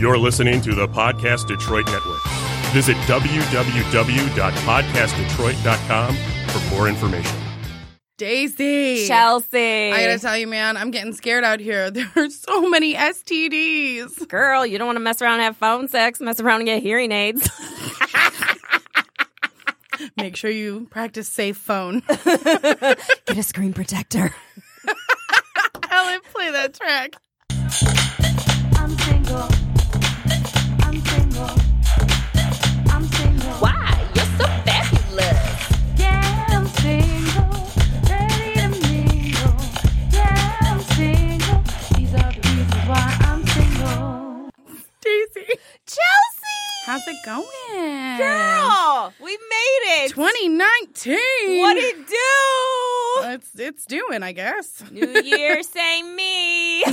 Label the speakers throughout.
Speaker 1: You're listening to the Podcast Detroit Network. Visit www.podcastdetroit.com for more information.
Speaker 2: Daisy.
Speaker 3: Chelsea.
Speaker 2: I gotta tell you, man, I'm getting scared out here. There are so many STDs.
Speaker 3: Girl, you don't want to mess around and have phone sex, mess around and get hearing aids.
Speaker 2: Make sure you practice safe phone.
Speaker 3: get a screen protector.
Speaker 2: Ellen, play that track.
Speaker 4: I'm single. I'm single. I'm single.
Speaker 3: Why? You're so fabulous.
Speaker 4: Yeah, I'm single. Ready to mingle. Yeah, I'm single. These are the reasons why I'm single.
Speaker 2: Daisy.
Speaker 3: Chelsea!
Speaker 2: How's it going?
Speaker 3: Girl! We made it!
Speaker 2: 2019.
Speaker 3: What do you do?
Speaker 2: It's it's doing, I guess.
Speaker 3: New Year, same me.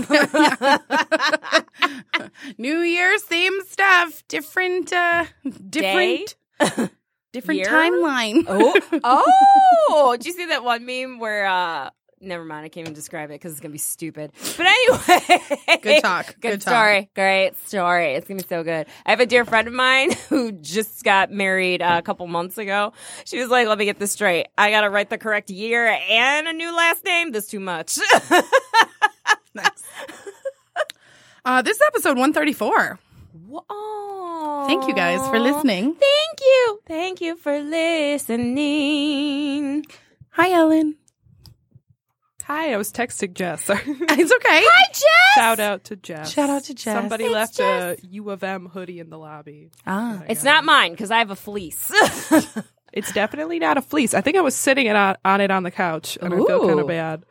Speaker 2: New year, same stuff, different uh different different
Speaker 3: Year?
Speaker 2: timeline.
Speaker 3: oh, oh! Did you see that one meme where? uh Never mind, I can't even describe it because it's gonna be stupid. But anyway,
Speaker 2: Good talk.
Speaker 3: Good,
Speaker 2: Good talk.
Speaker 3: story. Great story. It's gonna be so good. I have a dear friend of mine who just got married uh, a couple months ago. She was like, "Let me get this straight. I gotta write the correct year and a new last name. This too much."
Speaker 2: Nice. Uh this is episode 134.
Speaker 3: Whoa.
Speaker 2: Thank you guys for listening.
Speaker 3: Thank you. Thank you for listening.
Speaker 2: Hi Ellen.
Speaker 5: Hi, I was texting Jess.
Speaker 2: It's okay. Hi Jess.
Speaker 5: Shout out to Jess.
Speaker 2: Shout out to Jess.
Speaker 5: Somebody
Speaker 2: Thanks,
Speaker 5: left
Speaker 2: Jess.
Speaker 5: a U of M hoodie in the lobby.
Speaker 2: Ah.
Speaker 3: It's not mine because I have a fleece.
Speaker 5: It's definitely not a fleece. I think I was sitting it on, on it on the couch, and I feel
Speaker 3: Ooh.
Speaker 5: kind of bad.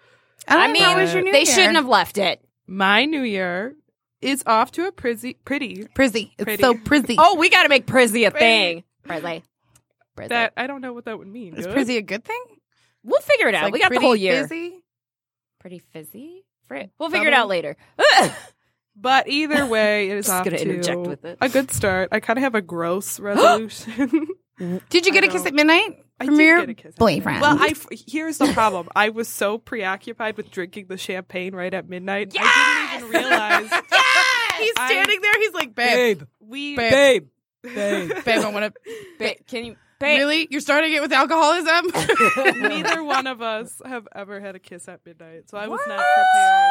Speaker 2: I, don't
Speaker 3: I mean,
Speaker 2: know, was your new
Speaker 3: they
Speaker 2: year?
Speaker 3: shouldn't have left it.
Speaker 5: My new year is off to a pretty, pretty
Speaker 2: Prizzy. It's
Speaker 5: Pretty.
Speaker 2: so prizzy.
Speaker 3: Oh, we got to make Prizzy a thing. Prizzy. Prizzy.
Speaker 5: that I don't know what that would mean.
Speaker 2: is
Speaker 5: Good?
Speaker 2: prizzy a good thing?
Speaker 3: we'll figure it out.
Speaker 2: Like
Speaker 3: we got the
Speaker 2: pretty
Speaker 3: whole year.
Speaker 2: Busy?
Speaker 3: Pretty fizzy. Fri- We'll figure it out later.
Speaker 5: But either way, it is
Speaker 3: Just
Speaker 5: off
Speaker 3: gonna
Speaker 5: to
Speaker 3: interject with it.
Speaker 5: a good start. I kind of have a gross resolution.
Speaker 2: Did you get a
Speaker 5: I
Speaker 2: kiss
Speaker 5: don't-
Speaker 2: at midnight
Speaker 5: I
Speaker 2: from
Speaker 5: did
Speaker 2: your
Speaker 5: get a kiss.
Speaker 2: boyfriend?
Speaker 5: Well, I f- here's the problem. I was so preoccupied with drinking the champagne right at midnight. I didn't even realize
Speaker 2: he's
Speaker 5: I-
Speaker 2: standing there. He's like, babe,
Speaker 5: we
Speaker 2: babe,
Speaker 5: babe.
Speaker 2: babe, I want to.
Speaker 3: Ba- can you? Ba-
Speaker 2: Really, you're starting it with alcoholism?
Speaker 5: Neither one of us have ever had a kiss at midnight, so I was not prepared.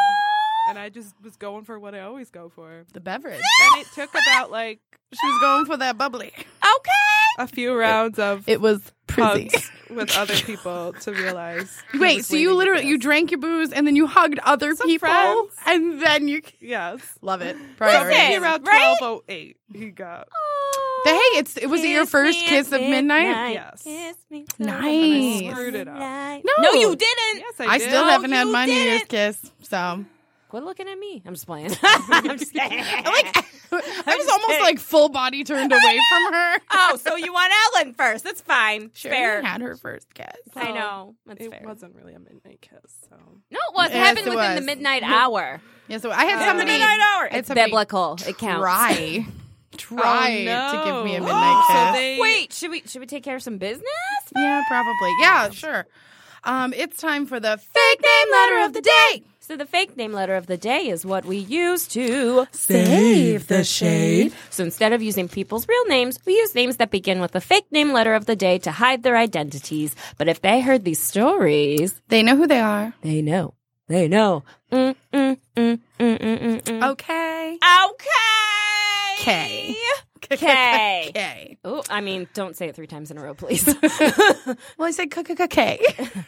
Speaker 5: And I just was going for what I always go for.
Speaker 2: the beverage.
Speaker 5: And it took about like
Speaker 2: She was going for that bubbly.
Speaker 3: Okay.
Speaker 5: a few rounds of
Speaker 2: It was pretty.
Speaker 5: hugs with other people to realize. he
Speaker 2: Wait,
Speaker 5: was
Speaker 2: so you
Speaker 5: waiting
Speaker 2: literally
Speaker 5: for
Speaker 2: you
Speaker 5: this.
Speaker 2: drank your booze and then you hugged other
Speaker 5: Some
Speaker 2: people
Speaker 5: friends.
Speaker 2: and then you
Speaker 5: Yes.
Speaker 2: love it.
Speaker 5: So
Speaker 2: Priorities.
Speaker 5: maybe
Speaker 3: Listen,
Speaker 5: around
Speaker 3: right?
Speaker 5: twelve oh eight, he got.
Speaker 2: The- hey, it's it was it your first
Speaker 3: me
Speaker 2: kiss
Speaker 3: at
Speaker 2: of midnight?
Speaker 5: Yes.
Speaker 3: Kiss me
Speaker 2: Nice.
Speaker 3: till the
Speaker 5: Screwed it up.
Speaker 3: midnight.
Speaker 2: No.
Speaker 3: No, you didn't.
Speaker 5: Yes, I,
Speaker 2: I
Speaker 5: did. Oh,
Speaker 2: still haven't had
Speaker 3: you
Speaker 2: my New Year's
Speaker 3: didn't.
Speaker 2: kiss, so
Speaker 3: Quit looking at me. I'm just playing. I'm just kidding.
Speaker 2: I was almost like full body turned away from her.
Speaker 3: oh, so you want Ellen first? That's fine.
Speaker 2: Sure,
Speaker 3: fair.
Speaker 2: had her first kiss.
Speaker 3: I know. That's
Speaker 5: It
Speaker 3: fair.
Speaker 5: wasn't really a midnight kiss, so
Speaker 3: No, it was. It
Speaker 2: Yes,
Speaker 3: happened
Speaker 2: it
Speaker 3: within
Speaker 2: was.
Speaker 3: the midnight hour.
Speaker 2: Yeah, so I had
Speaker 3: Within the
Speaker 2: somebody
Speaker 3: midnight hour.
Speaker 2: had
Speaker 3: It's
Speaker 2: somebody
Speaker 3: biblical. It counts.
Speaker 2: try try
Speaker 5: Oh,
Speaker 2: to give me a
Speaker 5: no.
Speaker 2: midnight
Speaker 5: So
Speaker 2: kiss.
Speaker 5: they-
Speaker 3: Wait, should we should we take care of some business?
Speaker 2: Yeah, probably. Yeah, sure. Um, it's time for the fake name letter of the day.
Speaker 3: So the fake name letter of the day is what we use to
Speaker 2: Save the shade.
Speaker 3: So instead of using people's real names, we use names that begin with the fake name letter of the day to hide their identities. But if they heard these stories,
Speaker 2: They know who they are.
Speaker 3: they know. They know. Mm, mm, mm, mm, mm, mm, mm.
Speaker 2: Okay.
Speaker 3: Okay.
Speaker 2: K.
Speaker 3: K.
Speaker 2: K.
Speaker 3: Oh, I mean, don't say it three times in a row, please.
Speaker 2: Well, I said K. K- K- K.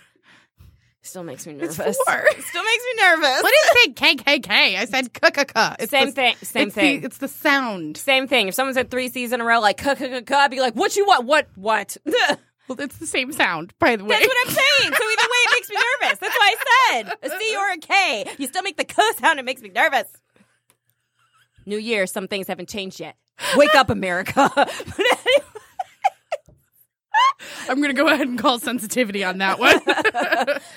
Speaker 3: Still makes me
Speaker 2: It's
Speaker 3: nervous.
Speaker 2: four.
Speaker 3: Still makes me nervous.
Speaker 2: What is big K K K? I said K K K. It's
Speaker 3: Same
Speaker 2: the-
Speaker 3: thing. Same
Speaker 2: it's
Speaker 3: thing.
Speaker 2: The, it's the sound.
Speaker 3: Same thing. If someone said three C's in a row, like cuh, cuh, cuh, cuh, I'd be like, what you want? What? What? That's
Speaker 2: Well, it's the same sound. By the way,
Speaker 3: what I'm saying. So either way, it makes me nervous. That's why I said a C or a K. You still make the cuh sound. It makes me nervous. New year. Some things haven't changed yet. Wake up, America. But anyway-
Speaker 2: I'm gonna go ahead and call sensitivity on that one.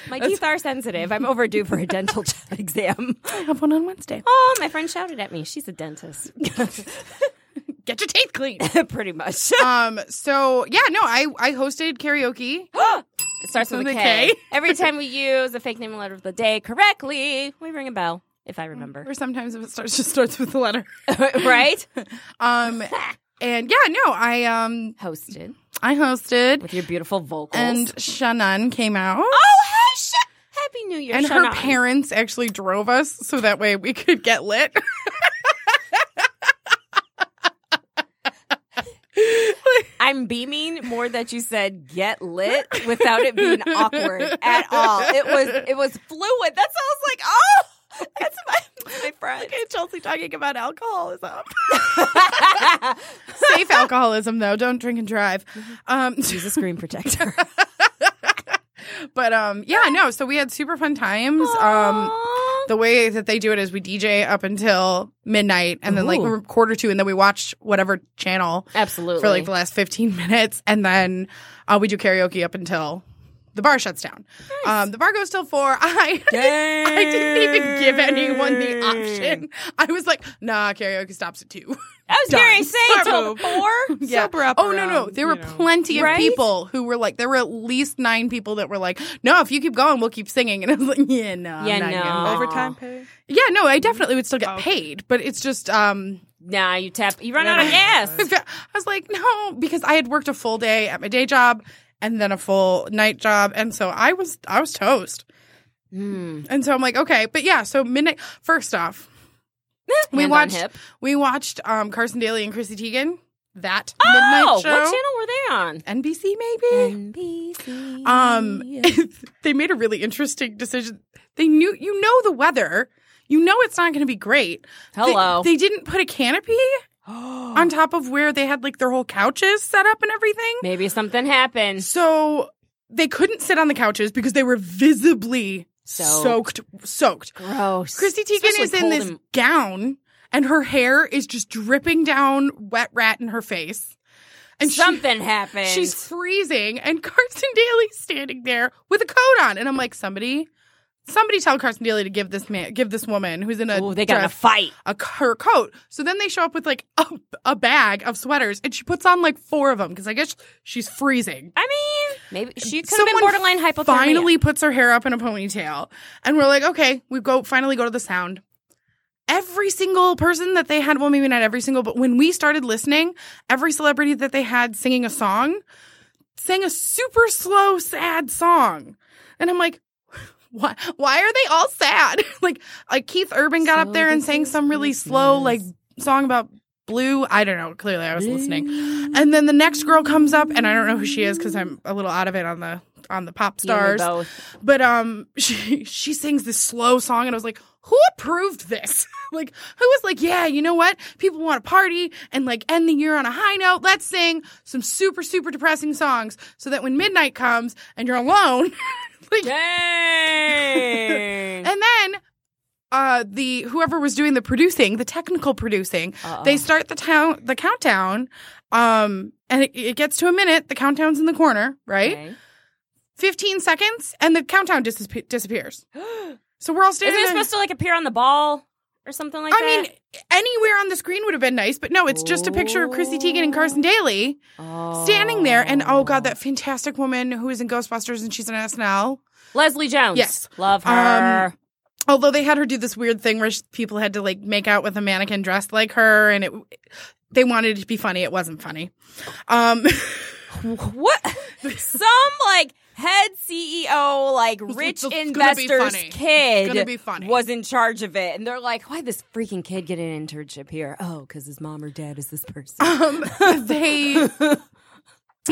Speaker 3: My teeth are sensitive. I'm overdue for a dental exam.
Speaker 2: I have one on Wednesday.
Speaker 3: Oh, my friend shouted at me. She's a dentist.
Speaker 2: Get your teeth clean.
Speaker 3: Pretty much.
Speaker 2: um. So yeah, no, I I hosted karaoke.
Speaker 3: It starts with a
Speaker 2: With a
Speaker 3: K.
Speaker 2: K.
Speaker 3: Every time we use a fake name and letter of the day correctly, we ring a bell. if I remember.
Speaker 2: Or sometimes if it starts just starts with the letter.
Speaker 3: right?
Speaker 2: Um and yeah, no, I um
Speaker 3: Hosted
Speaker 2: I hosted
Speaker 3: with your beautiful vocals.
Speaker 2: and Shannon came out.
Speaker 3: oh, hey, Sh- Happy New Year,
Speaker 2: and her
Speaker 3: Shannon.
Speaker 2: parents actually drove us so that way we could get lit.
Speaker 3: I'm beaming more that you said get lit without it being awkward at all. It was it was fluid. That sounds like oh, that's my my friend.
Speaker 2: Chelsea talking about alcoholism.
Speaker 3: She's
Speaker 2: Safe alcoholism though. Don't drink and drive. Um
Speaker 3: a screen protector.
Speaker 2: but um yeah, no, so we had super fun times. Um the way that they do it is we DJ up until midnight and then like
Speaker 3: Ooh.
Speaker 2: quarter two and then we watch whatever channel
Speaker 3: Absolutely.
Speaker 2: for like the last 15 minutes and then uh, we do karaoke up until the bar shuts down. Um, the bar goes till four. I I didn't even give anyone the option. I was like, nah, karaoke stops at two.
Speaker 3: I was going to say
Speaker 5: Smart
Speaker 3: till
Speaker 5: move.
Speaker 3: four.
Speaker 2: Yeah.
Speaker 5: Sober up
Speaker 2: oh no, no,
Speaker 5: around,
Speaker 2: there were
Speaker 5: you know.
Speaker 2: plenty of
Speaker 3: Right?
Speaker 2: people who were like, there were at least nine people that were like, no, if you keep going, we'll keep singing. And I was like, yeah, no, I'm
Speaker 3: Yeah,
Speaker 2: not
Speaker 3: no.
Speaker 2: getting that.
Speaker 5: Overtime pay.
Speaker 2: Yeah, no,
Speaker 3: Mm-hmm.
Speaker 2: I definitely would
Speaker 3: Oh,
Speaker 2: still get
Speaker 5: Okay.
Speaker 2: paid, but it's just um
Speaker 3: Nah, you tap. You run out of gas.
Speaker 2: I was like, no, because I had worked a full day at my day job and then a full night job and so I was I was toast.
Speaker 3: Hmm.
Speaker 2: And so I'm like, okay, but yeah, so midnight first off, we
Speaker 3: Hand on
Speaker 2: watched
Speaker 3: hip.
Speaker 2: we watched um Carson Daly and Chrissy Teigen that
Speaker 3: Oh,
Speaker 2: midnight
Speaker 3: what
Speaker 2: show.
Speaker 3: channel were they on?
Speaker 2: NBC maybe?
Speaker 3: NBC.
Speaker 2: Um, they made a really interesting decision. They knew you know the weather. You know it's not going to be great. They-
Speaker 3: Hello.
Speaker 2: They, didn't put a canopy on top of where they had like their whole couches set up and everything.
Speaker 3: Maybe something happened.
Speaker 2: So they couldn't sit on the couches because they were visibly
Speaker 3: Soaked.
Speaker 2: soaked. Soaked.
Speaker 3: Gross.
Speaker 2: Christy Teigen
Speaker 3: Especially
Speaker 2: is in
Speaker 3: cold
Speaker 2: this
Speaker 3: and-
Speaker 2: gown, and her hair is just dripping down wet rat in her face. And she-
Speaker 3: Something happened.
Speaker 2: She's freezing, and Carson Daly's standing there with a coat on, and I'm like, somebody, somebody tell Carson Daly to give this man, give this woman who's in a
Speaker 3: Oh, they got in a
Speaker 2: dress
Speaker 3: fight.
Speaker 2: a c- her coat. So then they show up with like a, a bag of sweaters, and she puts on like four of them because I guess she's freezing.
Speaker 3: I mean, maybe she could have been
Speaker 2: Someone
Speaker 3: borderline hypothermia.
Speaker 2: Finally, puts her hair up in a ponytail, and we're like, okay, we go finally go to the sound. Every single person that they had, well, maybe not every single, but when we started listening, every celebrity that they had singing a song sang a super slow, sad song, and I'm like. Why, why are they all sad? like like Keith Urban got
Speaker 3: So
Speaker 2: up there and
Speaker 3: this
Speaker 2: sang
Speaker 3: is
Speaker 2: some really slow like
Speaker 3: Christmas.
Speaker 2: song about blue. I don't know. Clearly I was listening. And then the next girl comes up, and I don't know who she is because I'm a little out of it on the on the pop
Speaker 3: You and me
Speaker 2: stars.
Speaker 3: both.
Speaker 2: But um, she she sings this slow song, and I was like, who approved this? like, who was like, yeah, you know what? People want to party and like end the year on a high note. Let's sing some super super depressing songs so that when midnight comes and you're alone, like,
Speaker 3: Dang.
Speaker 2: and then. Uh, the whoever was doing the producing, the technical producing,
Speaker 3: Uh-oh.
Speaker 2: they start the town, the countdown, um, and it, it gets to a minute. The countdown's in the corner, right?
Speaker 3: Okay.
Speaker 2: 15 seconds, and the countdown disap- disappears. So we're all
Speaker 3: Isn't
Speaker 2: standing.
Speaker 3: it
Speaker 2: there-
Speaker 3: supposed to like appear on the ball or something like
Speaker 2: I
Speaker 3: that?
Speaker 2: mean, anywhere on the screen would have been nice, but no, it's just a picture of Chrissy Teigen and Carson Daly standing there. And oh god, that fantastic woman who is in Ghostbusters and she's in SNL.
Speaker 3: Leslie Jones.
Speaker 2: Yes.
Speaker 3: Love
Speaker 2: Um,
Speaker 3: her.
Speaker 2: Although they had her do this weird thing where sh- people had to like make out with a mannequin dressed like her, and it they wanted it to be funny. It wasn't funny. Um,
Speaker 3: what some like head CEO like rich
Speaker 2: It's gonna be
Speaker 3: investors
Speaker 2: funny. It's gonna
Speaker 3: kid
Speaker 2: be funny.
Speaker 3: was in charge of it and they're like why this freaking kid get an internship here oh cuz his mom or dad is this person
Speaker 2: um they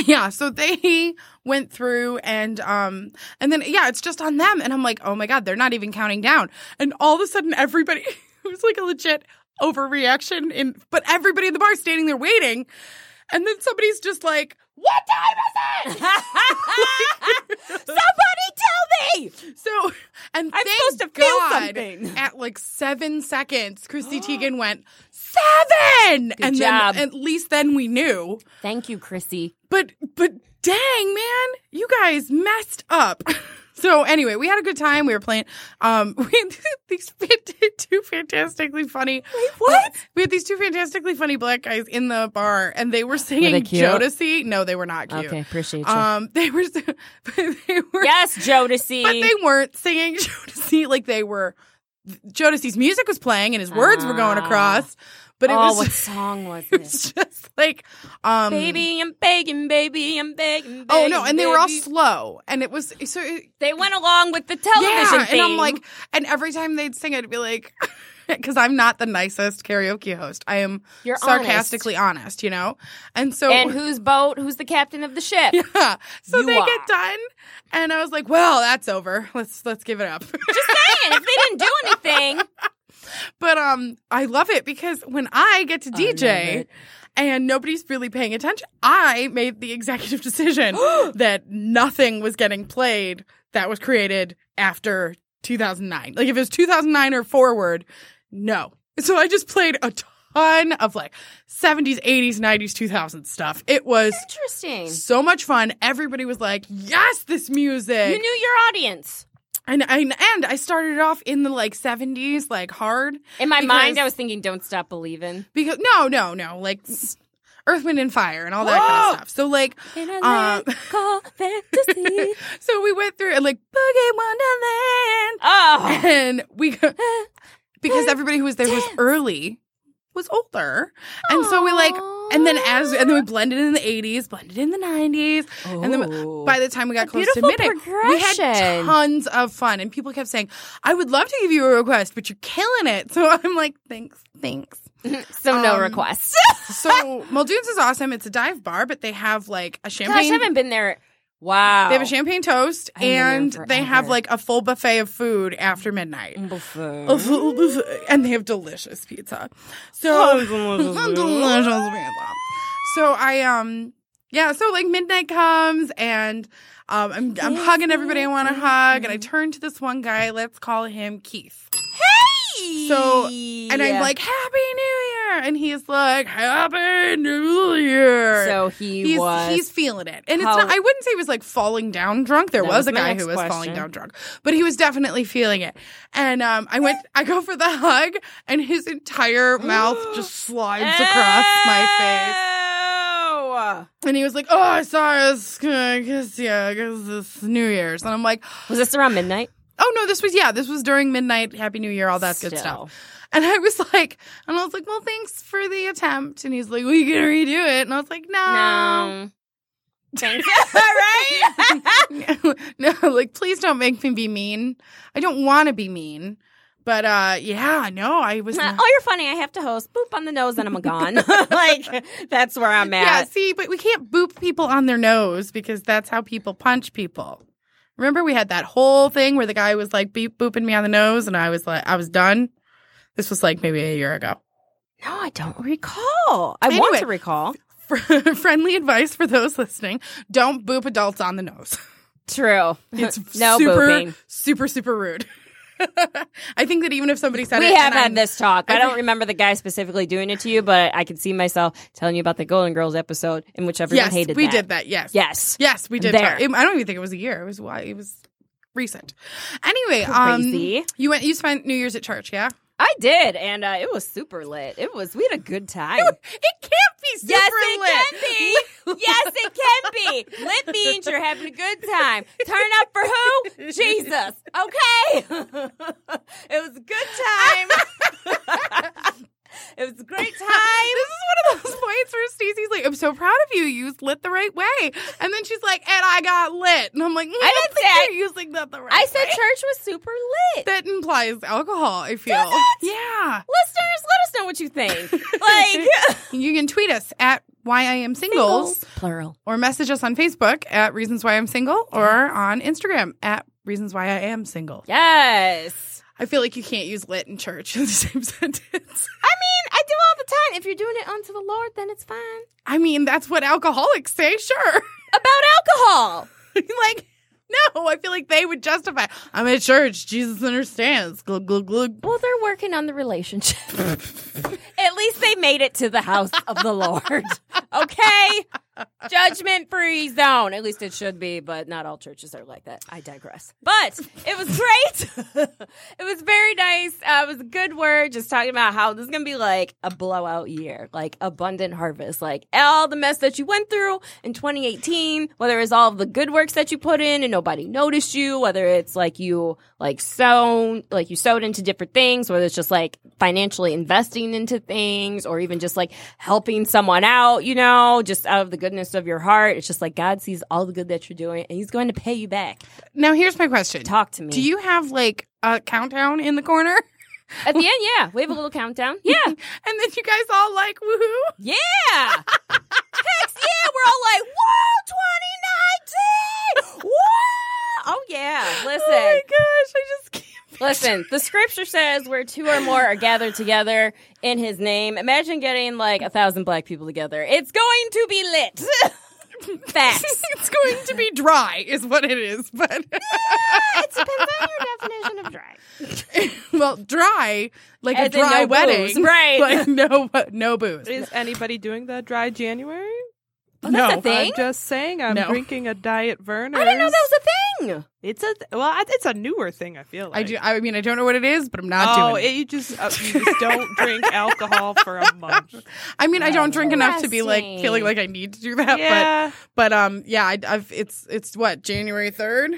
Speaker 2: yeah so they went through and um and then yeah it's just on them and i'm like oh my god they're not even counting down and all of a sudden everybody it was like a legit overreaction in but everybody in the bar is standing there waiting and then somebody's just like what time is
Speaker 3: somebody tell me
Speaker 2: it so and
Speaker 3: I'm
Speaker 2: thank
Speaker 3: supposed to feel
Speaker 2: god,
Speaker 3: something.
Speaker 2: at like seven seconds christy teigen went seven and
Speaker 3: job.
Speaker 2: then at least then we knew
Speaker 3: thank you chrissy
Speaker 2: But but dang man, you guys messed up. So anyway, we had a good time. We were playing. Um, we had these fant- two fantastically funny. uh,
Speaker 3: what?
Speaker 2: we had these two fantastically funny black guys in the bar, and they were singing
Speaker 3: they cute?
Speaker 2: Jodeci. No, they were not cute.
Speaker 3: okay appreciate you
Speaker 2: Um, they were. They were.
Speaker 3: yes Jodeci
Speaker 2: But they weren't singing Jodeci like they were. Jody's music was playing and his words were going
Speaker 3: Ah.
Speaker 2: across, but it
Speaker 3: oh,
Speaker 2: was
Speaker 3: what song was
Speaker 2: it
Speaker 3: it?
Speaker 2: was just like um
Speaker 3: baby, I'm begging, baby, I'm begging.
Speaker 2: Oh
Speaker 3: begging,
Speaker 2: no, and they were all
Speaker 3: baby.
Speaker 2: slow, and it was so. It,
Speaker 3: They went along with the television
Speaker 2: yeah,
Speaker 3: thing.
Speaker 2: and I'm like, and every time they'd sing, I'd be like, because I'm not the nicest karaoke host. I am
Speaker 3: You're
Speaker 2: sarcastically honest. you know. And so,
Speaker 3: and whose boat? Who's the captain of the ship?
Speaker 2: oh. yeah, so
Speaker 3: You
Speaker 2: they
Speaker 3: are.
Speaker 2: get done, and I was like, well, that's over. Let's let's give it up.
Speaker 3: Saying, if they didn't do anything,
Speaker 2: but um, I love it because when I get to DJ.
Speaker 3: it.
Speaker 2: And nobody's really paying attention. I made the executive decision that nothing was getting played that was created after 2009. Like if it was 2009 or forward, no. So I just played a ton of like 70s, 80s, 90s, 2000s stuff. It was
Speaker 3: interesting.
Speaker 2: so much fun. Everybody was like, "Yes, this
Speaker 3: You
Speaker 2: music."
Speaker 3: knew your audience.
Speaker 2: And and, and I started it off in the like 70s, like hard
Speaker 3: In my
Speaker 2: Because-
Speaker 3: mind, I was thinking, "Don't stop believing."
Speaker 2: because no, no, no, like Earth, Wind, and Fire and all that kind of stuff. So like,
Speaker 3: Uh,
Speaker 2: um,
Speaker 3: call fantasy.
Speaker 2: so we went through and like Boogie Wonderland,
Speaker 3: oh,
Speaker 2: and we because everybody who was there was early was older, and so we like. And then as and then we blended in the 80s, blended in the 90s, and then by the time we got
Speaker 3: A
Speaker 2: close to
Speaker 3: beautiful
Speaker 2: midnight, we had
Speaker 3: progression.
Speaker 2: tons of fun. And people kept saying, "I would love to give you a request, but you're killing it." So I'm like, "Thanks, thanks."
Speaker 3: so no
Speaker 2: um,
Speaker 3: requests.
Speaker 2: So Muldoon's is awesome. It's a dive bar, but they have like a
Speaker 3: Gosh, I
Speaker 2: champagne.
Speaker 3: haven't been there. Wow,
Speaker 2: they have a champagne toast,
Speaker 3: I haven't been
Speaker 2: and
Speaker 3: there
Speaker 2: they have
Speaker 3: forever.
Speaker 2: like a full buffet of food after midnight.
Speaker 3: Oh, Buffet.
Speaker 2: A full buffet- and they have delicious pizza. So
Speaker 3: Oh,
Speaker 2: delicious pizza. So I um yeah, so like midnight comes and um I'm I'm hugging everybody I want to hug and I turn to this one guy, let's call him Keith. So and I'm like happy new year and he's like happy new year.
Speaker 3: so he
Speaker 2: he's
Speaker 3: was.
Speaker 2: he's feeling it. And
Speaker 3: How-
Speaker 2: it's not I wouldn't say he was like falling down drunk. There
Speaker 3: That
Speaker 2: was,
Speaker 3: was
Speaker 2: a
Speaker 3: my
Speaker 2: guy
Speaker 3: next
Speaker 2: who was falling
Speaker 3: question.
Speaker 2: down drunk. But he was definitely feeling it. And um I went I go for the hug and his entire mouth just slides across my face.
Speaker 3: my
Speaker 2: And he was like, "Oh, sorry, I was gonna kiss you because it's New Year's." And I'm like,
Speaker 3: Was this around midnight?
Speaker 2: "Oh no, this was yeah, this was during midnight, Happy New Year, all that good
Speaker 3: Still.
Speaker 2: stuff." And I was like, and I was like, "Well, thanks for the attempt." And he's like, "We can redo it." And I was like, "No,
Speaker 3: No. Thank you. Um, right?
Speaker 2: no, like please don't make me be mean. I don't want to be mean." But uh, yeah, no, I was. not-
Speaker 3: oh, you're funny. I have to host. Boop on the nose, and I'm gone. like that's where I'm
Speaker 2: yeah,
Speaker 3: at.
Speaker 2: see, but we can't boop people on their nose because that's how people punch people. Remember, we had that whole thing where the guy was like beep booping me on the nose, and I was like, I was done. This was like maybe a year ago.
Speaker 3: No, I don't recall. I want
Speaker 2: Anyway.
Speaker 3: to recall.
Speaker 2: Friendly advice for those listening: don't boop adults on the nose.
Speaker 3: True.
Speaker 2: It's
Speaker 3: no
Speaker 2: super,
Speaker 3: booping.
Speaker 2: super, super rude. I think that even if somebody said it,
Speaker 3: We have
Speaker 2: and I'm-
Speaker 3: had this talk. I
Speaker 2: I-
Speaker 3: don't remember the guy specifically doing it to you, but I can see myself telling you about the Golden Girls episode in which everyone
Speaker 2: yes,
Speaker 3: hated
Speaker 2: we
Speaker 3: that.
Speaker 2: did that. Yes,
Speaker 3: Yes.
Speaker 2: yes, we did.
Speaker 3: There.
Speaker 2: talk- I don't even think it was a year. It was why it was recent. Anyway, um,
Speaker 3: Crazy.
Speaker 2: you went. You spent New Year's at church, yeah.
Speaker 3: I did, and uh, it was super lit. It was. We had a good time.
Speaker 2: It can't be super
Speaker 3: Yes,
Speaker 2: lit.
Speaker 3: it can be. Yes, it can be. Lit means you're having a good time. Turn up for who? Jesus. Okay. it was a good time. it was a great time.
Speaker 2: This is one of those points where Stacey's like, "I'm so proud of you. You used lit the right way," and then she's like, "And I got lit," and I'm like, "Mm, "I
Speaker 3: didn't
Speaker 2: don't think
Speaker 3: say I-
Speaker 2: you're using that the right."
Speaker 3: I said
Speaker 2: way."
Speaker 3: church was super lit.
Speaker 2: that implies alcohol. I feel, yeah.
Speaker 3: Listeners, let us know what you think. Like
Speaker 2: You can tweet us at why I am singles,
Speaker 3: plural.
Speaker 2: or message us on Facebook at reasons why I'm single, or on Instagram at reasons why I am single.
Speaker 3: Yes.
Speaker 2: I feel like you can't use lit and church in the same sentence.
Speaker 3: I mean, I do all the time. If you're doing it unto the Lord, then it's fine.
Speaker 2: I mean, that's what alcoholics say, sure.
Speaker 3: About alcohol.
Speaker 2: like, no, I feel like they would justify. I'm at church. Jesus understands. Glug glug glug.
Speaker 3: Well, they're working on the relationship. At least they made it to the house of the Lord. Okay? Judgment free zone. At least it should be, but not all churches are like that. I digress. But it was great. it was very nice. Uh, it was a good word. Just talking about how this is going to be like a blowout year, like abundant harvest, like all the mess that you went through in 2018, whether it's all of the good works that you put in and nobody noticed you, whether it's like you like sown, like you sowed into different things, whether it's just like financially investing into things or even just like helping someone out, you know, just out of the goodness of your heart. It's just like God sees all the good that you're doing and he's going to pay you back.
Speaker 2: Now here's my question.
Speaker 3: Talk to me.
Speaker 2: Do you have like a countdown in the corner?
Speaker 3: At the end, yeah. We have a little countdown. Yeah.
Speaker 2: And then you guys all like woohoo.
Speaker 3: Yeah. Heck yeah. We're all like, whoa, 2019. Whoa. Oh, yeah. Listen.
Speaker 2: Oh my gosh, I just can't.
Speaker 3: Listen, the scripture says where two or more are gathered together in his name. Imagine getting like a thousand black people together. It's going to be lit. Facts.
Speaker 2: it's going to be dry, is what it is. But
Speaker 3: it depends on your definition of dry.
Speaker 2: well, dry like
Speaker 3: As
Speaker 2: a
Speaker 3: in
Speaker 2: dry
Speaker 3: no
Speaker 2: wedding,
Speaker 3: booze, right.
Speaker 2: Like no, no booze.
Speaker 5: Is anybody doing the dry January?
Speaker 2: no,
Speaker 3: that's a thing.
Speaker 5: I'm just saying I'm
Speaker 2: No.
Speaker 5: drinking a diet Verner.
Speaker 3: I didn't know that was a thing.
Speaker 5: It's a th- well, it's a newer thing. I feel like
Speaker 2: I do. I mean, I don't know what it is, but I'm not
Speaker 5: oh,
Speaker 2: doing it.
Speaker 5: it, you just uh, you just don't drink alcohol for a month.
Speaker 2: I mean, I don't drink enough to be like
Speaker 3: Interesting.
Speaker 2: feeling like I need to do that.
Speaker 5: Oh, Yeah,
Speaker 2: But, but um, yeah, I, I've it's it's what January third,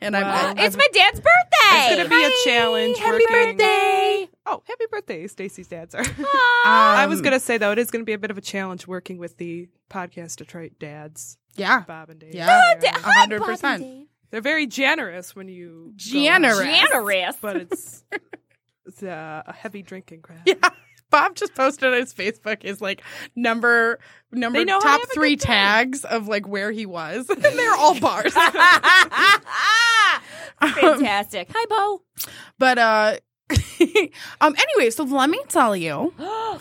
Speaker 2: and I'm-
Speaker 5: Wow.
Speaker 2: I'm
Speaker 3: It's my dad's birthday.
Speaker 5: It's gonna be a challenge
Speaker 3: Happy
Speaker 5: working.
Speaker 3: birthday.
Speaker 5: oh, happy birthday, Stacy's dad. Sorry.
Speaker 3: Aw.
Speaker 5: I was
Speaker 2: um,
Speaker 5: gonna say though, it is gonna be a bit of a challenge working with the podcast Detroit dads,
Speaker 2: yeah.
Speaker 5: Bob and Dave.
Speaker 2: Yeah.
Speaker 5: They're-
Speaker 3: Da-
Speaker 2: a
Speaker 3: hi,
Speaker 2: hundred
Speaker 3: Bobby
Speaker 2: percent.
Speaker 3: Dave.
Speaker 5: They're very generous when you go-
Speaker 2: Generous.
Speaker 3: Generous.
Speaker 5: but it's it's uh, a heavy drinking crowd.
Speaker 2: Bob just posted on his Facebook his like number number
Speaker 5: They know how to
Speaker 2: top
Speaker 5: have a
Speaker 2: three
Speaker 5: good day.
Speaker 2: tags of like where he was, and they're all bars.
Speaker 3: Fantastic. Hi, Bo.
Speaker 2: but uh, um, anyway, so let me tell you,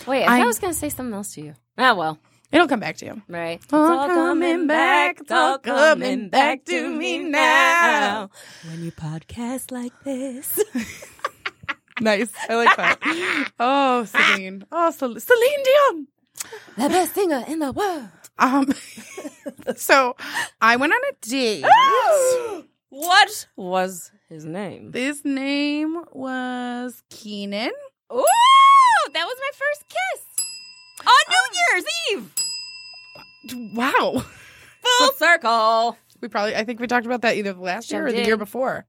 Speaker 3: Wait, I,
Speaker 2: I-
Speaker 3: thought I was going to say something else to you. Oh, well.
Speaker 2: it'll come back to you.
Speaker 3: Right. It's
Speaker 2: all coming back, it's all coming back to me now.
Speaker 3: When you podcast like this.
Speaker 2: Nice, I like that. oh, Celine. Oh, Cel- Celine Dion.
Speaker 3: the best singer in the world.
Speaker 2: Um, so I went on a date.
Speaker 3: Ah! what was his name?
Speaker 2: His name was Keenan.
Speaker 3: Ooh, that was my first kiss. On New Year's Eve.
Speaker 2: Wow.
Speaker 3: Full circle.
Speaker 2: We probably I think we talked about that either the last year
Speaker 3: Sure
Speaker 2: or the
Speaker 3: did.
Speaker 2: year before.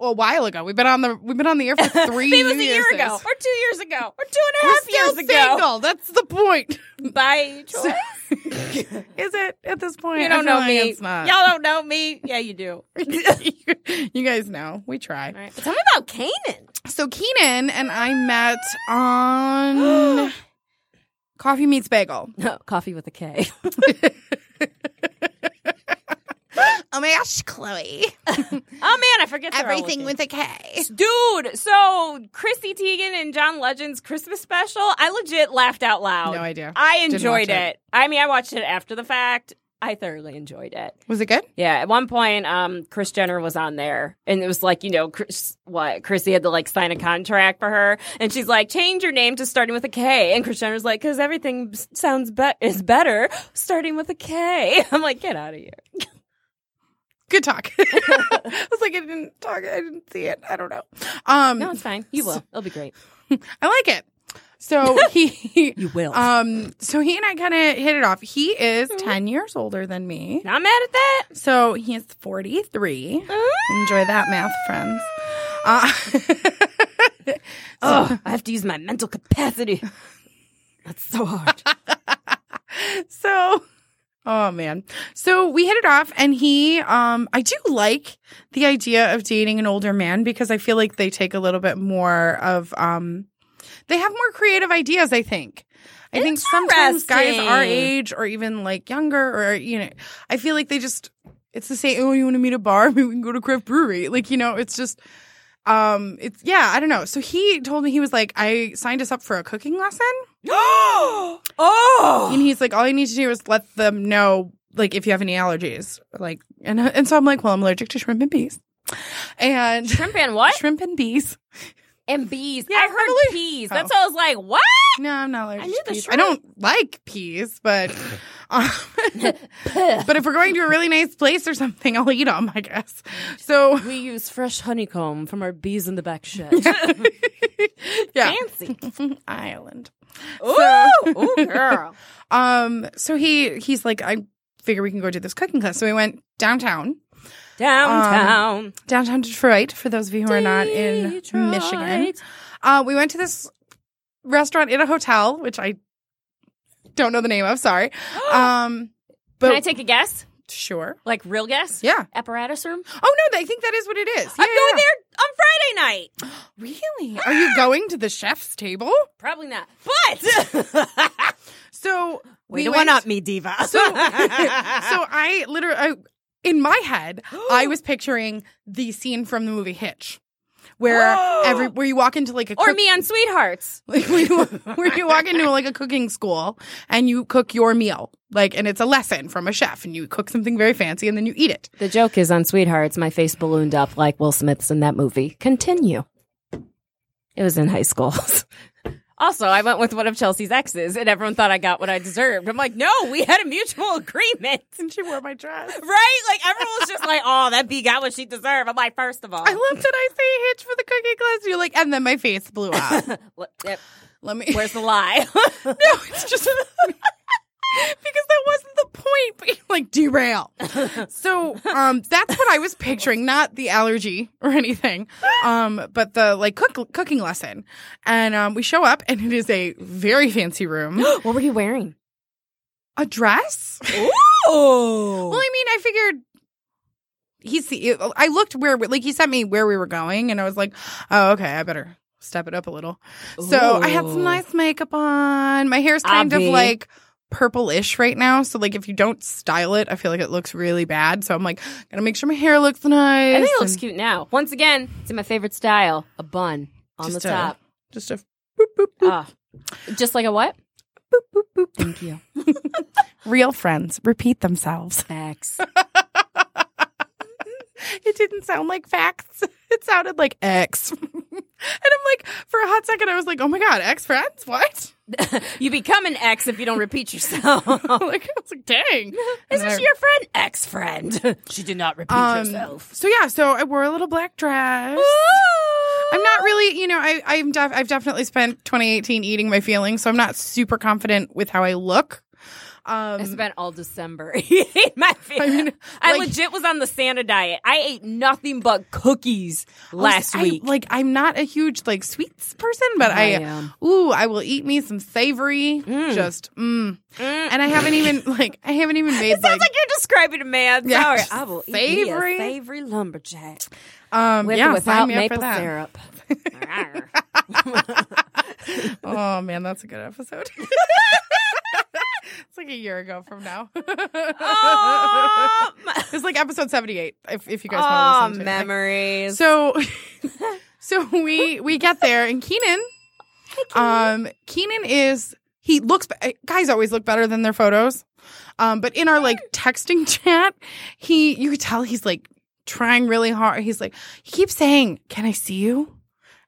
Speaker 2: A while ago. We've been on the we've been on the air for three
Speaker 3: Maybe it was
Speaker 2: New
Speaker 3: a year
Speaker 2: Year's
Speaker 3: ago,
Speaker 2: Days.
Speaker 3: or two years ago, or two and a
Speaker 2: We're
Speaker 3: half
Speaker 2: still
Speaker 3: years ago.
Speaker 2: single. That's the point.
Speaker 3: By choice.
Speaker 2: Is it at this point?
Speaker 3: You
Speaker 2: I
Speaker 3: don't
Speaker 2: feel
Speaker 3: know
Speaker 2: like
Speaker 3: me.
Speaker 2: It's not.
Speaker 3: Y'all don't know me. Yeah, you do.
Speaker 2: you guys know. We try.
Speaker 3: All right. Tell me about Canaan.
Speaker 2: So Keenan and I met on Coffee Meets Bagel.
Speaker 3: No, coffee with a K.
Speaker 2: Oh my gosh, Chloe.
Speaker 3: Oh man, I forget they're all
Speaker 2: a K.
Speaker 3: Dude, so Chrissy Teigen and John Legend's Christmas special, I legit laughed out loud.
Speaker 2: No idea.
Speaker 3: I
Speaker 2: Didn't
Speaker 3: enjoyed
Speaker 2: watch
Speaker 3: it. I mean, I watched it after the fact. I thoroughly enjoyed it.
Speaker 2: Was it good?
Speaker 3: Yeah, at one point, um, Chris Jenner was on there, and it was like, you know, Chris, what Chrissy had to like sign a contract for her, and she's like, change your name to starting with a K, and Chris Jenner's like, because everything s- sounds be- is better starting with a K. I'm like, get out of here.
Speaker 2: Good talk. I was like, I didn't talk. I didn't see it. I don't know. Um,
Speaker 3: No, it's fine. You will. It'll be great.
Speaker 2: I like it. So he,
Speaker 3: You will. Mm-hmm.
Speaker 2: um, so he and I kind of hit it off. He is ten years older than me,
Speaker 3: Not mad at that.
Speaker 2: so he is forty three.
Speaker 3: Ah.
Speaker 2: Enjoy that math, friends. Uh,
Speaker 3: Oh, I have to use my mental capacity. That's so hard.
Speaker 2: so oh man so we hit it off and he um i do like the idea of dating an older man because i feel like they take a little bit more of um they have more creative ideas i think i think sometimes guys our
Speaker 3: Interesting.
Speaker 2: age or even like younger or you know i feel like they just it's the same oh you want to meet a bar Maybe we can go to craft brewery like you know it's just um it's yeah i don't know so he told me he was like i signed us up for a cooking lesson
Speaker 3: oh, oh.
Speaker 2: and he's like, all you need to do is let them know, like, if you have any allergies. Like, and, and so I'm like, well, I'm allergic to shrimp and bees. And
Speaker 3: Shrimp and what?
Speaker 2: shrimp and bees.
Speaker 3: And bees.
Speaker 2: Yeah,
Speaker 3: I heard
Speaker 2: probably-
Speaker 3: peas.
Speaker 2: Oh.
Speaker 3: That's why I was like, what?
Speaker 2: No, I'm not allergic
Speaker 3: knew
Speaker 2: to
Speaker 3: the
Speaker 2: peas. I
Speaker 3: shrimp.
Speaker 2: don't like peas, but Um, but if we're going to a really nice place or something, I'll eat them, I guess. So
Speaker 3: We use fresh honeycomb from our bees in the back shed.
Speaker 2: yeah, Mm-hmm.
Speaker 3: Fancy.
Speaker 2: Ireland.
Speaker 3: Ooh, ooh, girl.
Speaker 2: Um, so he he's like, I figure we can go do this cooking class. So we went downtown,
Speaker 3: Downtown.
Speaker 2: downtown Detroit. For those of you who are not in
Speaker 3: Detroit.
Speaker 2: Michigan, uh, we went to this restaurant in a hotel, which I don't know the name of. Sorry. Um, but
Speaker 3: Can I take a guess?
Speaker 2: sure.
Speaker 3: Like real guess?
Speaker 2: Yeah.
Speaker 3: Apparatus room?
Speaker 2: Oh no, I think that is what it is.
Speaker 3: I'm
Speaker 2: Yeah,
Speaker 3: going
Speaker 2: yeah.
Speaker 3: there on Friday night.
Speaker 2: Really? Are you going to the chef's table?
Speaker 3: Probably not. But
Speaker 2: So
Speaker 3: Way
Speaker 2: we
Speaker 3: to
Speaker 2: went-
Speaker 3: one up me, diva.
Speaker 2: So, so I literally, I, in my head, I was picturing the scene from the movie Hitch, where every where you walk into like a
Speaker 3: or
Speaker 2: cook-
Speaker 3: me on Sweethearts.
Speaker 2: like, where, you, where you walk into like a cooking school and you cook your meal, like, and it's a lesson from a chef, and you cook something very fancy, and then you eat it.
Speaker 3: The joke is on Sweethearts, my face ballooned up like Will Smith's in that movie. Continue. It was in high school. also, I went with one of Chelsea's exes and everyone thought I got what I deserved. I'm like, no, we had a mutual agreement.
Speaker 2: And she wore my dress.
Speaker 3: Right? Like everyone was just like, oh, that bee got what she deserved. I'm like, first of all.
Speaker 2: I love that I say Hitch for the cooking class. You're like, and then my face blew up.
Speaker 3: What- yep.
Speaker 2: Let me.
Speaker 3: Where's the lie?
Speaker 2: No, it's just because that wasn't the point. But you, like derail. So, um, that's what I was picturing, not the allergy or anything, um, but the like cook cooking lesson. And um, we show up, and it is a very fancy room,
Speaker 3: what were you wearing?
Speaker 2: a dress.
Speaker 3: Oh.
Speaker 2: Well, I mean, I figured. He's the. e, I looked where, like, he sent me where we were going, and I was like, "Oh, okay, I better step it up a little." So I had some
Speaker 3: Ooh.
Speaker 2: nice makeup on. My hair's kind of
Speaker 3: Obvi.
Speaker 2: like purple-ish right now, so like if you don't style it, I feel like it looks really bad. So I'm like, gotta make sure my hair looks nice.
Speaker 3: I think it looks
Speaker 2: and
Speaker 3: cute now. Once again, it's in my favorite style a bun on the
Speaker 2: Just a-
Speaker 3: top.
Speaker 2: Just a boop, boop, boop.
Speaker 3: Ah. Just like a what? Boop, boop, boop. Thank you.
Speaker 2: real friends repeat themselves.
Speaker 3: Facts.
Speaker 2: it didn't sound like facts. It sounded like X. and I'm like, for a hot second, I was like, oh my god, X friends? What?
Speaker 3: you become an ex if you don't repeat yourself.
Speaker 2: like I was like, dang.
Speaker 3: Is
Speaker 2: And I-
Speaker 3: this your friend? Ex friend. she did not repeat
Speaker 2: Um,
Speaker 3: herself.
Speaker 2: So yeah, so I wore a little black dress. I'm not really, you know, I, I'm def- I've definitely spent 2018 eating my feelings, so I'm not super confident with how I look.
Speaker 3: I
Speaker 2: Um,
Speaker 3: spent all December eating my favorite. I,
Speaker 2: mean, like-
Speaker 3: legit was on the Santa diet. I ate nothing but cookies last
Speaker 2: I-
Speaker 3: week.
Speaker 2: like I'm not a huge like sweets person, but I,
Speaker 3: I am.
Speaker 2: ooh, I will eat me some savory, just mm. And I haven't even like I haven't even made
Speaker 3: it
Speaker 2: like,
Speaker 3: sounds like, you're describing a man.
Speaker 2: Yeah.
Speaker 3: Sorry, I will savory,
Speaker 2: Savory.
Speaker 3: savory lumberjack
Speaker 2: um
Speaker 3: with
Speaker 2: yeah,
Speaker 3: or
Speaker 2: sign
Speaker 3: without
Speaker 2: me up for
Speaker 3: maple
Speaker 2: that.
Speaker 3: syrup. Rawr.
Speaker 2: Oh man, that's a good episode. it's like a year ago from now.
Speaker 3: Um, oh, my-
Speaker 2: It's like episode 78 if if you guys
Speaker 3: oh
Speaker 2: want to listen to it.
Speaker 3: memories.
Speaker 2: So so we we get there and Keenan um Keenan is he looks be- guys always look better than their photos. Um but in our like texting chat, he you could tell he's like trying really hard. He's like he keeps saying, "Can I see you?"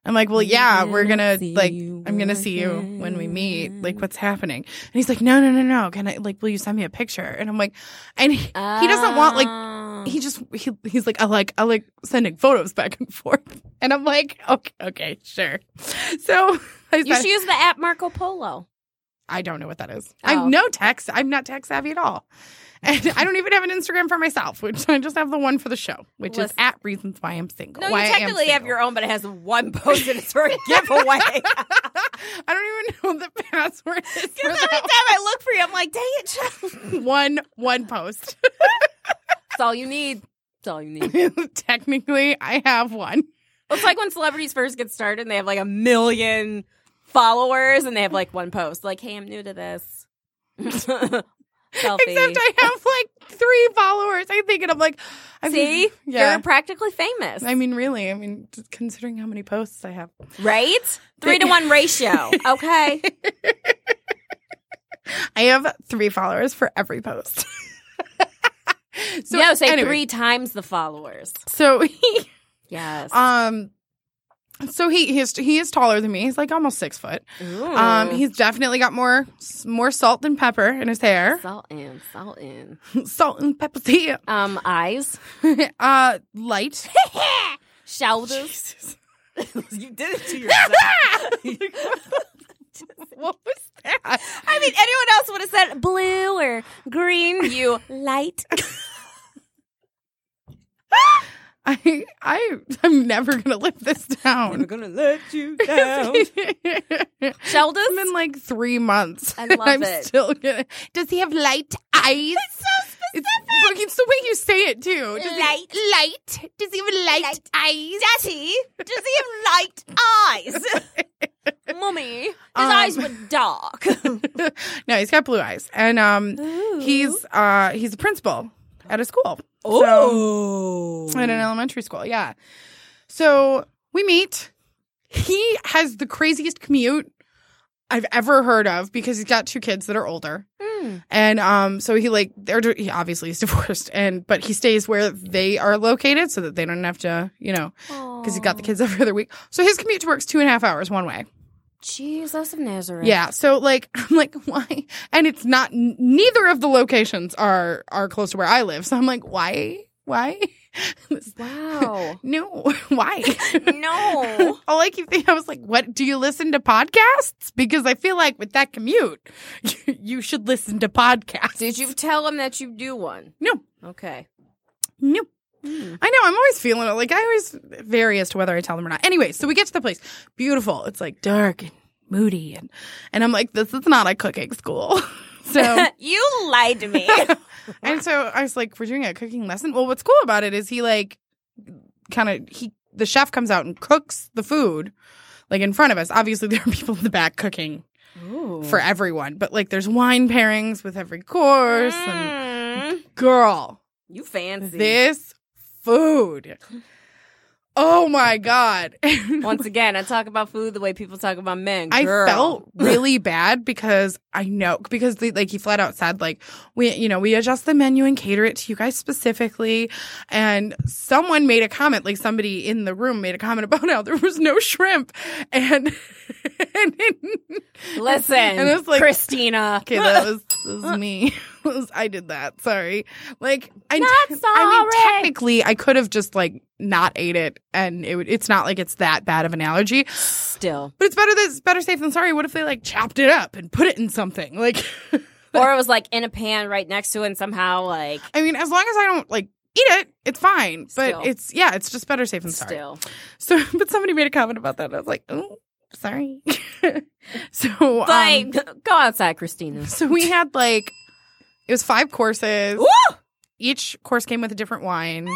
Speaker 2: I'm like, "Well, yeah, we're going to
Speaker 3: see
Speaker 2: like
Speaker 3: you
Speaker 2: I'm going to see you when we meet. Like what's happening?" And he's like, "No, no, no, no. Can I like will you send me a picture?" And I'm like, and he, he doesn't want like
Speaker 3: Um,
Speaker 2: he just he, he's like I like I like sending photos back and forth, and I'm like okay okay sure. So I
Speaker 3: You
Speaker 2: said,
Speaker 3: should use the app Marco Polo.
Speaker 2: I don't know what that is.
Speaker 3: Oh.
Speaker 2: I'm no tech. I'm not tech savvy at all, and I don't even have an Instagram for myself, which I just have the one for the show, which is
Speaker 3: Listen.
Speaker 2: at reasons why I'm single.
Speaker 3: No,
Speaker 2: Why I
Speaker 3: you
Speaker 2: am
Speaker 3: technically have
Speaker 2: single.
Speaker 3: your own, but it has one post and it's for a giveaway. Every
Speaker 2: I don't even know the password. is for
Speaker 3: time
Speaker 2: that
Speaker 3: I look for you, I'm like, dang it, Chelsea.
Speaker 2: one one post.
Speaker 3: That's all you need. That's all you need.
Speaker 2: technically, I have one.
Speaker 3: It's like when celebrities first get started and they have like a million followers and they have like one post, like, hey, I'm new to this. Selfie.
Speaker 2: Except I have like three followers. I think, and I'm like, I
Speaker 3: See?
Speaker 2: mean, yeah.
Speaker 3: You're practically famous.
Speaker 2: I mean, really. I mean, t- considering how many posts I have,
Speaker 3: right? Three to one ratio. Okay.
Speaker 2: I have three followers for every post. so
Speaker 3: no, say
Speaker 2: anyway,
Speaker 3: three times the followers.
Speaker 2: So he,
Speaker 3: Yes.
Speaker 2: um, So he he is, he is taller than me. He's like almost six foot. Um, he's definitely got more more salt than pepper in his hair.
Speaker 3: Salt in, salt in.
Speaker 2: salt and pepper's here.
Speaker 3: Um, eyes,
Speaker 2: Uh, light.
Speaker 3: shoulders. you did it to yourself.
Speaker 2: what was that?
Speaker 3: I mean, anyone else would have said blue or green. You light.
Speaker 2: I I I'm never gonna live this down.
Speaker 3: gonna let you down.
Speaker 2: it's
Speaker 3: Sheldon.
Speaker 2: been like three months.
Speaker 3: I love
Speaker 2: am
Speaker 3: it.
Speaker 2: still gonna. Does he have light eyes? It's so specific. It's, the way you say it too. Does he-
Speaker 3: Light.
Speaker 2: light. Does he have light, eyes?
Speaker 3: Daddy, does he have light eyes? Mummy, his
Speaker 2: Um.
Speaker 3: eyes were dark.
Speaker 2: no, he's got blue eyes, and um, he's uh, he's a principal at a school.
Speaker 3: Oh,
Speaker 2: at an elementary school. Yeah. So we meet. He has the craziest commute I've ever heard of because he's got two kids that are older. And um so he like they're he obviously is divorced and but he stays where they are located so that they don't have to, you know, because he's got the kids every other week. So his commute to work's two and a half hours one way.
Speaker 3: Oh, Jesus of Nazareth.
Speaker 2: Yeah. So like I'm like why? And it's not n- neither of the locations are are close to where I live. So I'm like why? Why?
Speaker 3: Wow.
Speaker 2: No, why?
Speaker 3: no.
Speaker 2: All I keep thinking, I was like, what? Do you listen to podcasts? Because I feel like with that commute, you, you should listen to podcasts.
Speaker 3: Did you tell him that you do one?
Speaker 2: No,
Speaker 3: Okay.
Speaker 2: no.
Speaker 3: Hmm.
Speaker 2: I know, I'm always feeling it. Like, I always vary as to whether I tell them or not. Anyway, so we get to the place. Beautiful. It's like dark and moody. And, and I'm like, this is not a cooking school. so.
Speaker 3: you lied to me.
Speaker 2: And so I was like, we're doing a cooking lesson. Well, what's cool about it is he like kind of he the chef comes out and cooks the food like in front of us. Obviously there are people in the back cooking for
Speaker 3: Mm.
Speaker 2: everyone, but like there's wine pairings with every course and
Speaker 3: Mm,
Speaker 2: girl,
Speaker 3: you fancy.
Speaker 2: this food. Oh my god.
Speaker 3: Once again, I talk about food the way people talk about men.
Speaker 2: I
Speaker 3: Girl.
Speaker 2: felt really bad because I know because they, like he flat out said like we you know we adjust the menu and cater it to you guys specifically, and someone made a comment like somebody in the room made a comment about how there was no shrimp, and and it-
Speaker 3: Listen,
Speaker 2: And it's like-
Speaker 3: Christina.
Speaker 2: okay that was, that was me That was- I did that sorry like I
Speaker 3: Not
Speaker 2: I
Speaker 3: sorry.
Speaker 2: mean technically I could have just like not ate it and it would, it's not like it's that bad of an allergy
Speaker 3: Still.
Speaker 2: but it's better that it's better safe than sorry. What if they like chopped it up and put it in something? Like,
Speaker 3: Or it was like in a pan right next to it and somehow like
Speaker 2: I mean, as long as I don't like eat it, it's fine. But
Speaker 3: Still.
Speaker 2: it's yeah, it's just better safe than sorry.
Speaker 3: still.
Speaker 2: So, but somebody made a comment about that, and I was like, oh, sorry. so,
Speaker 3: Like,
Speaker 2: um,
Speaker 3: go outside, Christina.
Speaker 2: so we had like it was five courses.
Speaker 3: Woo!
Speaker 2: Each course came with a different wine.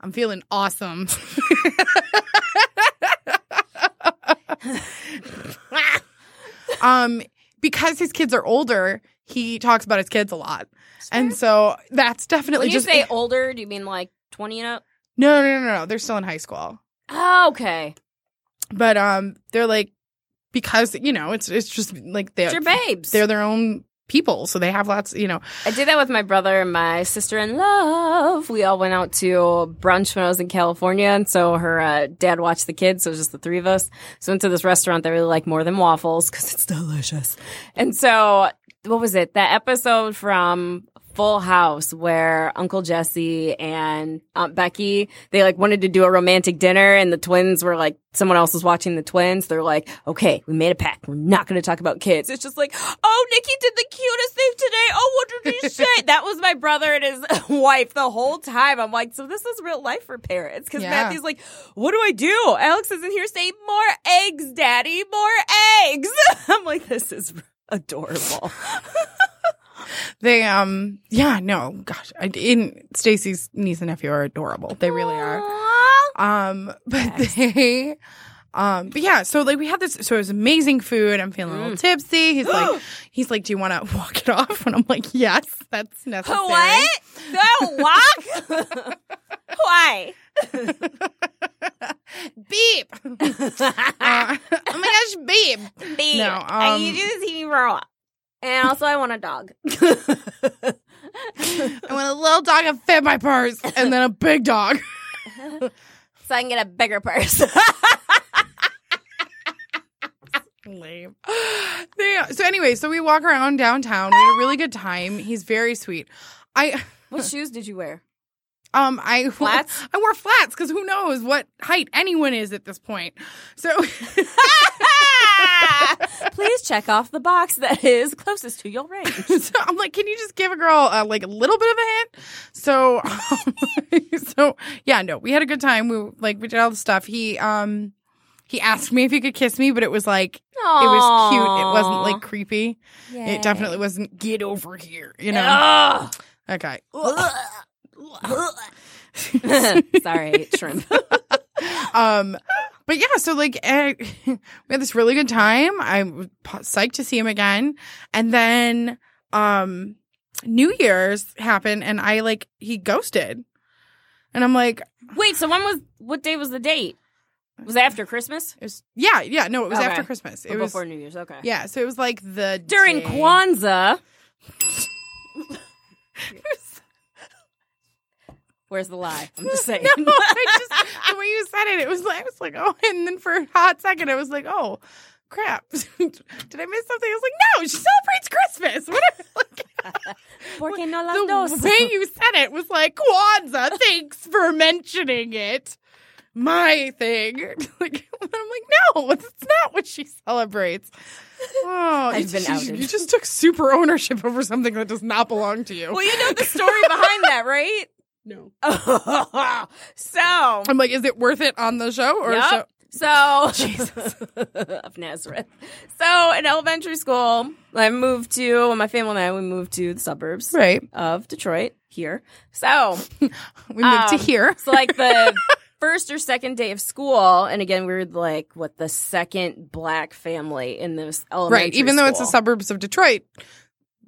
Speaker 2: I'm feeling awesome. um, because his kids are older, he talks about his kids a lot, and so that's definitely
Speaker 3: When you
Speaker 2: just
Speaker 3: say older, do you mean like 20 and up?
Speaker 2: no, no, no, no. They're still in high school,
Speaker 3: Oh, okay.
Speaker 2: but um, they're like because you know it's it's just like they're
Speaker 3: It's your babes.
Speaker 2: they're their own people, so they have lots. You know,
Speaker 3: I did that with my brother and my sister in love. We all went out to brunch when I was in California, and so her uh, dad watched the kids, so it was just the three of us. So went to this restaurant that I really like more than waffles because it's delicious. And so what was it? That episode from Full House where Uncle Jesse and Aunt Becky they like wanted to do a romantic dinner, and the twins were like, someone else was watching the twins. They're like, okay, we made a pact. We're not going to talk about kids. It's just like, oh, Nikki did the cutest thing today. Oh, what did you say? that was my brother and his wife the whole time. I'm like, so this is real life for parents because
Speaker 2: Yeah.
Speaker 3: Matthew's like, what do I do? Alex isn't here. Say more eggs, Daddy. More eggs. I'm like, this is adorable.
Speaker 2: They um yeah no gosh I in Stacy's niece and nephew are adorable they really are
Speaker 3: Aw.
Speaker 2: um but they um but yeah so like we had this so it was amazing food I'm feeling a
Speaker 3: Mm.
Speaker 2: little tipsy he's like he's like do you want to walk it off and I'm like yes that's necessary
Speaker 3: What? Go walk? Why?
Speaker 2: beep Uh, oh my gosh beep
Speaker 3: babe.
Speaker 2: No,
Speaker 3: I
Speaker 2: um,
Speaker 3: need you to see me grow up. And also, I want a dog.
Speaker 2: I want a little dog to fit my purse and then a big dog
Speaker 3: so I can get a bigger purse.
Speaker 2: Lame. They- so anyway, so we walk around downtown. We had a really good time. He's very sweet. I
Speaker 3: What shoes did you wear?
Speaker 2: um I
Speaker 3: Flats?
Speaker 2: I wore flats because who knows what height anyone is at this point. So
Speaker 3: Please check off the box that is closest to your range.
Speaker 2: so I'm like, can you just give a girl uh, like a little bit of a hint? So, um, so yeah, no, we had a good time. We like we did all the stuff. He um he asked me if he could kiss me, but it was like it was cute. It wasn't like creepy. It definitely wasn't get over here, you know. Okay.
Speaker 3: Sorry, shrimp.
Speaker 2: Um, but yeah, so like eh, we had this really good time. I'm p- psyched to see him again, and then um, New Year's happened, and I like he ghosted, and I'm like,
Speaker 3: Wait, so when was what day was the date? Was it after Christmas?
Speaker 2: it was yeah, yeah, no, it was
Speaker 3: Okay.
Speaker 2: after Christmas. It
Speaker 3: Or
Speaker 2: was
Speaker 3: before New Year's, okay.
Speaker 2: yeah, so it was like the
Speaker 3: During
Speaker 2: day-
Speaker 3: Kwanzaa. Where's the lie? I'm just saying.
Speaker 2: No, I just the way you said it, it was like I was like, oh, and then for a hot second, I was like, oh, crap, did I miss something? I was like, no, she celebrates Christmas. Whatever. Like,
Speaker 3: Porque no las
Speaker 2: the
Speaker 3: dos.
Speaker 2: way you said it was like Kwanzaa. Thanks for mentioning it. My thing. Like I'm like, no, it's not what she celebrates. Oh,
Speaker 3: I've been
Speaker 2: you,
Speaker 3: outed.
Speaker 2: You just took super ownership over something that does not belong to you.
Speaker 3: Well, you know the story behind that, right?
Speaker 2: no.
Speaker 3: so,
Speaker 2: I'm like, is it worth it on the show or
Speaker 3: Yep.
Speaker 2: so?
Speaker 3: So of Nazareth. So in elementary school, I moved to my family and I we moved to the suburbs
Speaker 2: Right.
Speaker 3: of Detroit here. So
Speaker 2: We moved to
Speaker 3: Um,
Speaker 2: here.
Speaker 3: so like the first or second day of school, and again we were like what the second black family in this elementary
Speaker 2: Right. Even though it's the
Speaker 3: school.
Speaker 2: suburbs of Detroit,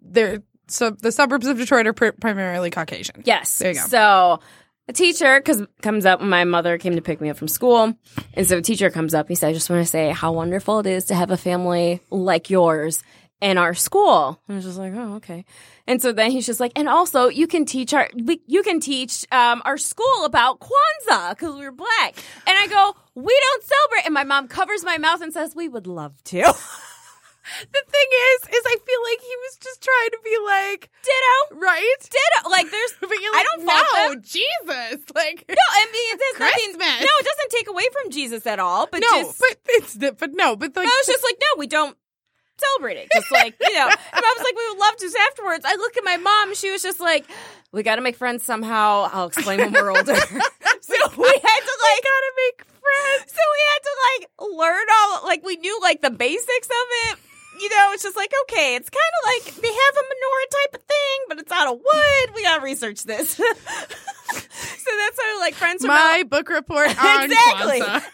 Speaker 2: they're so the suburbs of Detroit are pri primarily Caucasian.
Speaker 3: Yes.
Speaker 2: There you go.
Speaker 3: So a teacher cause, comes up. My mother came to pick me up from school. And so a teacher comes up. He said, I just want to say how wonderful it is to have a family like yours in our school. And I was just like, oh, okay. And so then he's just like, and also you can teach our, we, you can teach um, our school about Kwanzaa because we're black. And I go, we don't celebrate. And my mom covers my mouth and says, we would love to. Ditto.
Speaker 2: The thing is, is I feel like he was just trying to be like, right?
Speaker 3: Ditto. Like there's,
Speaker 2: But you're
Speaker 3: I
Speaker 2: like,
Speaker 3: don't fault
Speaker 2: no,
Speaker 3: them.
Speaker 2: Jesus. Like,
Speaker 3: No, I mean it has
Speaker 2: Christmas.
Speaker 3: nothing. No, it doesn't take away from Jesus at all. But
Speaker 2: no,
Speaker 3: just,
Speaker 2: but it's, the- but no, but like,
Speaker 3: I was just like, no, we don't celebrate it. Just like you know, and I was like, we would love to afterwards. I look at my mom; she was just like, we got to make friends somehow. I'll explain when we're older. so we had to like gotta make friends. So we had to like learn all like we knew like the basics of it. You know, it's just like okay, it's kind of like they have a menorah type of thing, but it's out of wood. We gotta research this. so that's how like friends from out-
Speaker 2: my book report on
Speaker 3: exactly.
Speaker 2: Kwanzaa.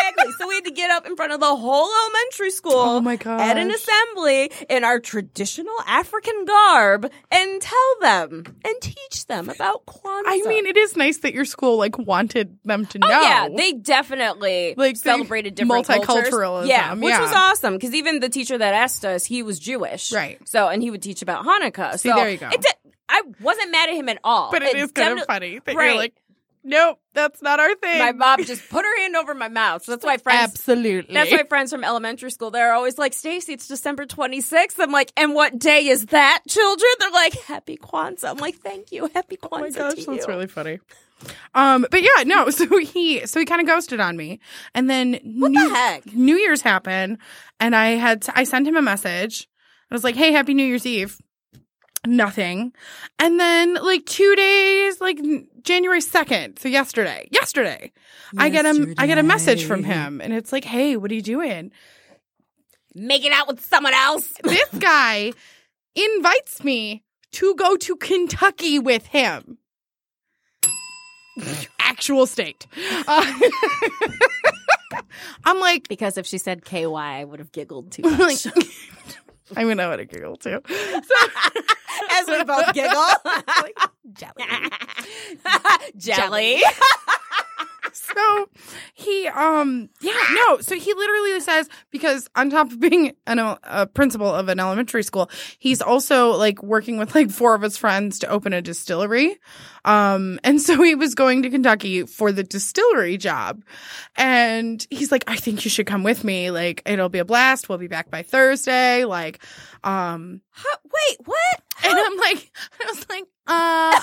Speaker 3: exactly. So we had to get up in front of the whole elementary school
Speaker 2: Oh my
Speaker 3: at an
Speaker 2: gosh.
Speaker 3: assembly in our traditional African garb and tell them and teach them about Kwanzaa.
Speaker 2: I mean, it is nice that your school like wanted them to know.
Speaker 3: Oh, Yeah, they definitely
Speaker 2: Like,
Speaker 3: like
Speaker 2: they-
Speaker 3: celebrated different
Speaker 2: multiculturalism,
Speaker 3: Cultures. Yeah, which
Speaker 2: yeah.
Speaker 3: was awesome because even the teacher that asked us, he was Jewish,
Speaker 2: Right.
Speaker 3: So, and he would teach about Hanukkah.
Speaker 2: See,
Speaker 3: so
Speaker 2: there you go.
Speaker 3: It di- I wasn't mad at him at all,
Speaker 2: but it is kind of
Speaker 3: definitely-
Speaker 2: funny that you're
Speaker 3: Right.
Speaker 2: like, nope, that's not our thing.
Speaker 3: My mom just put her hand over my mouth. So that's why friends
Speaker 2: Absolutely.
Speaker 3: That's my friends from elementary school. They're always like, Stacy, it's December 26th. I'm like, and what day is that, children? They're like, Happy Kwanzaa. I'm like, thank you. Happy Kwanzaa.
Speaker 2: Oh my gosh,
Speaker 3: to
Speaker 2: that's
Speaker 3: you."
Speaker 2: really funny. Um, but yeah, no. So he, so he kind of ghosted on me, and then what
Speaker 3: the heck?
Speaker 2: New Year's happened, and I had to, I sent him a message. I was like, "Hey, Happy New Year's Eve." Nothing, and then like two days, like n- January second, so yesterday, yesterday, I get a I get a message from him, and it's like, "Hey, what are you doing?"
Speaker 3: Make it out with someone else.
Speaker 2: This guy invites me to go to Kentucky with him. Actual state. Uh, I'm like,
Speaker 3: Because if she said KY, I would have giggled too
Speaker 2: I'm like, I mean, I would have giggled too.
Speaker 3: As we both giggle.
Speaker 2: Jelly.
Speaker 3: Jelly.
Speaker 2: So so he um yeah no so he literally says because on top of being an, el- a principal of an elementary school he's also like working with like four of his friends to open a distillery um and so he was going to kentucky for the distillery job and he's like i think you should come with me like it'll be a blast we'll be back by thursday like um
Speaker 3: Huh, wait, what?
Speaker 2: and I'm like, I was like, uh,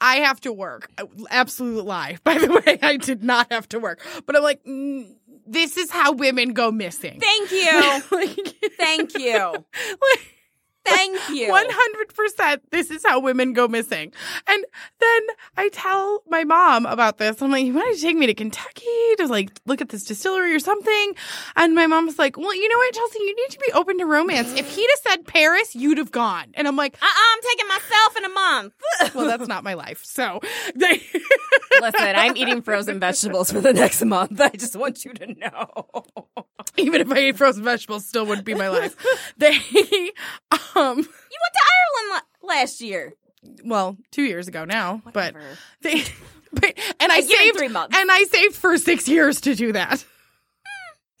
Speaker 2: I have to work. Uh, Absolute lie. By the way, I did not have to work. But I'm like, mm, this is how women go missing.
Speaker 3: Thank you.
Speaker 2: like,
Speaker 3: Thank you.
Speaker 2: like,
Speaker 3: Thank you. Uh-uh,
Speaker 2: 100% this is how women go missing. And then I tell my mom about this. I'm like, you want to take me to Kentucky to like look at this distillery or something? And my mom's like, well, you know what, Chelsea, you need to be open to romance. If he'd have said Paris, you'd have gone. And I'm like,
Speaker 3: Uh-uh, I'm taking myself in a month.
Speaker 2: well, that's not my life. So they,
Speaker 3: Listen, I'm eating frozen vegetables for the next month. I just want you to know.
Speaker 2: even if I ate frozen vegetables, still wouldn't be my life. They, um,
Speaker 3: You went to Ireland la- last year.
Speaker 2: well, two years ago now,
Speaker 3: Whatever.
Speaker 2: but they, but, and I
Speaker 3: A year and
Speaker 2: saved
Speaker 3: three months.
Speaker 2: and I saved for six years to do that.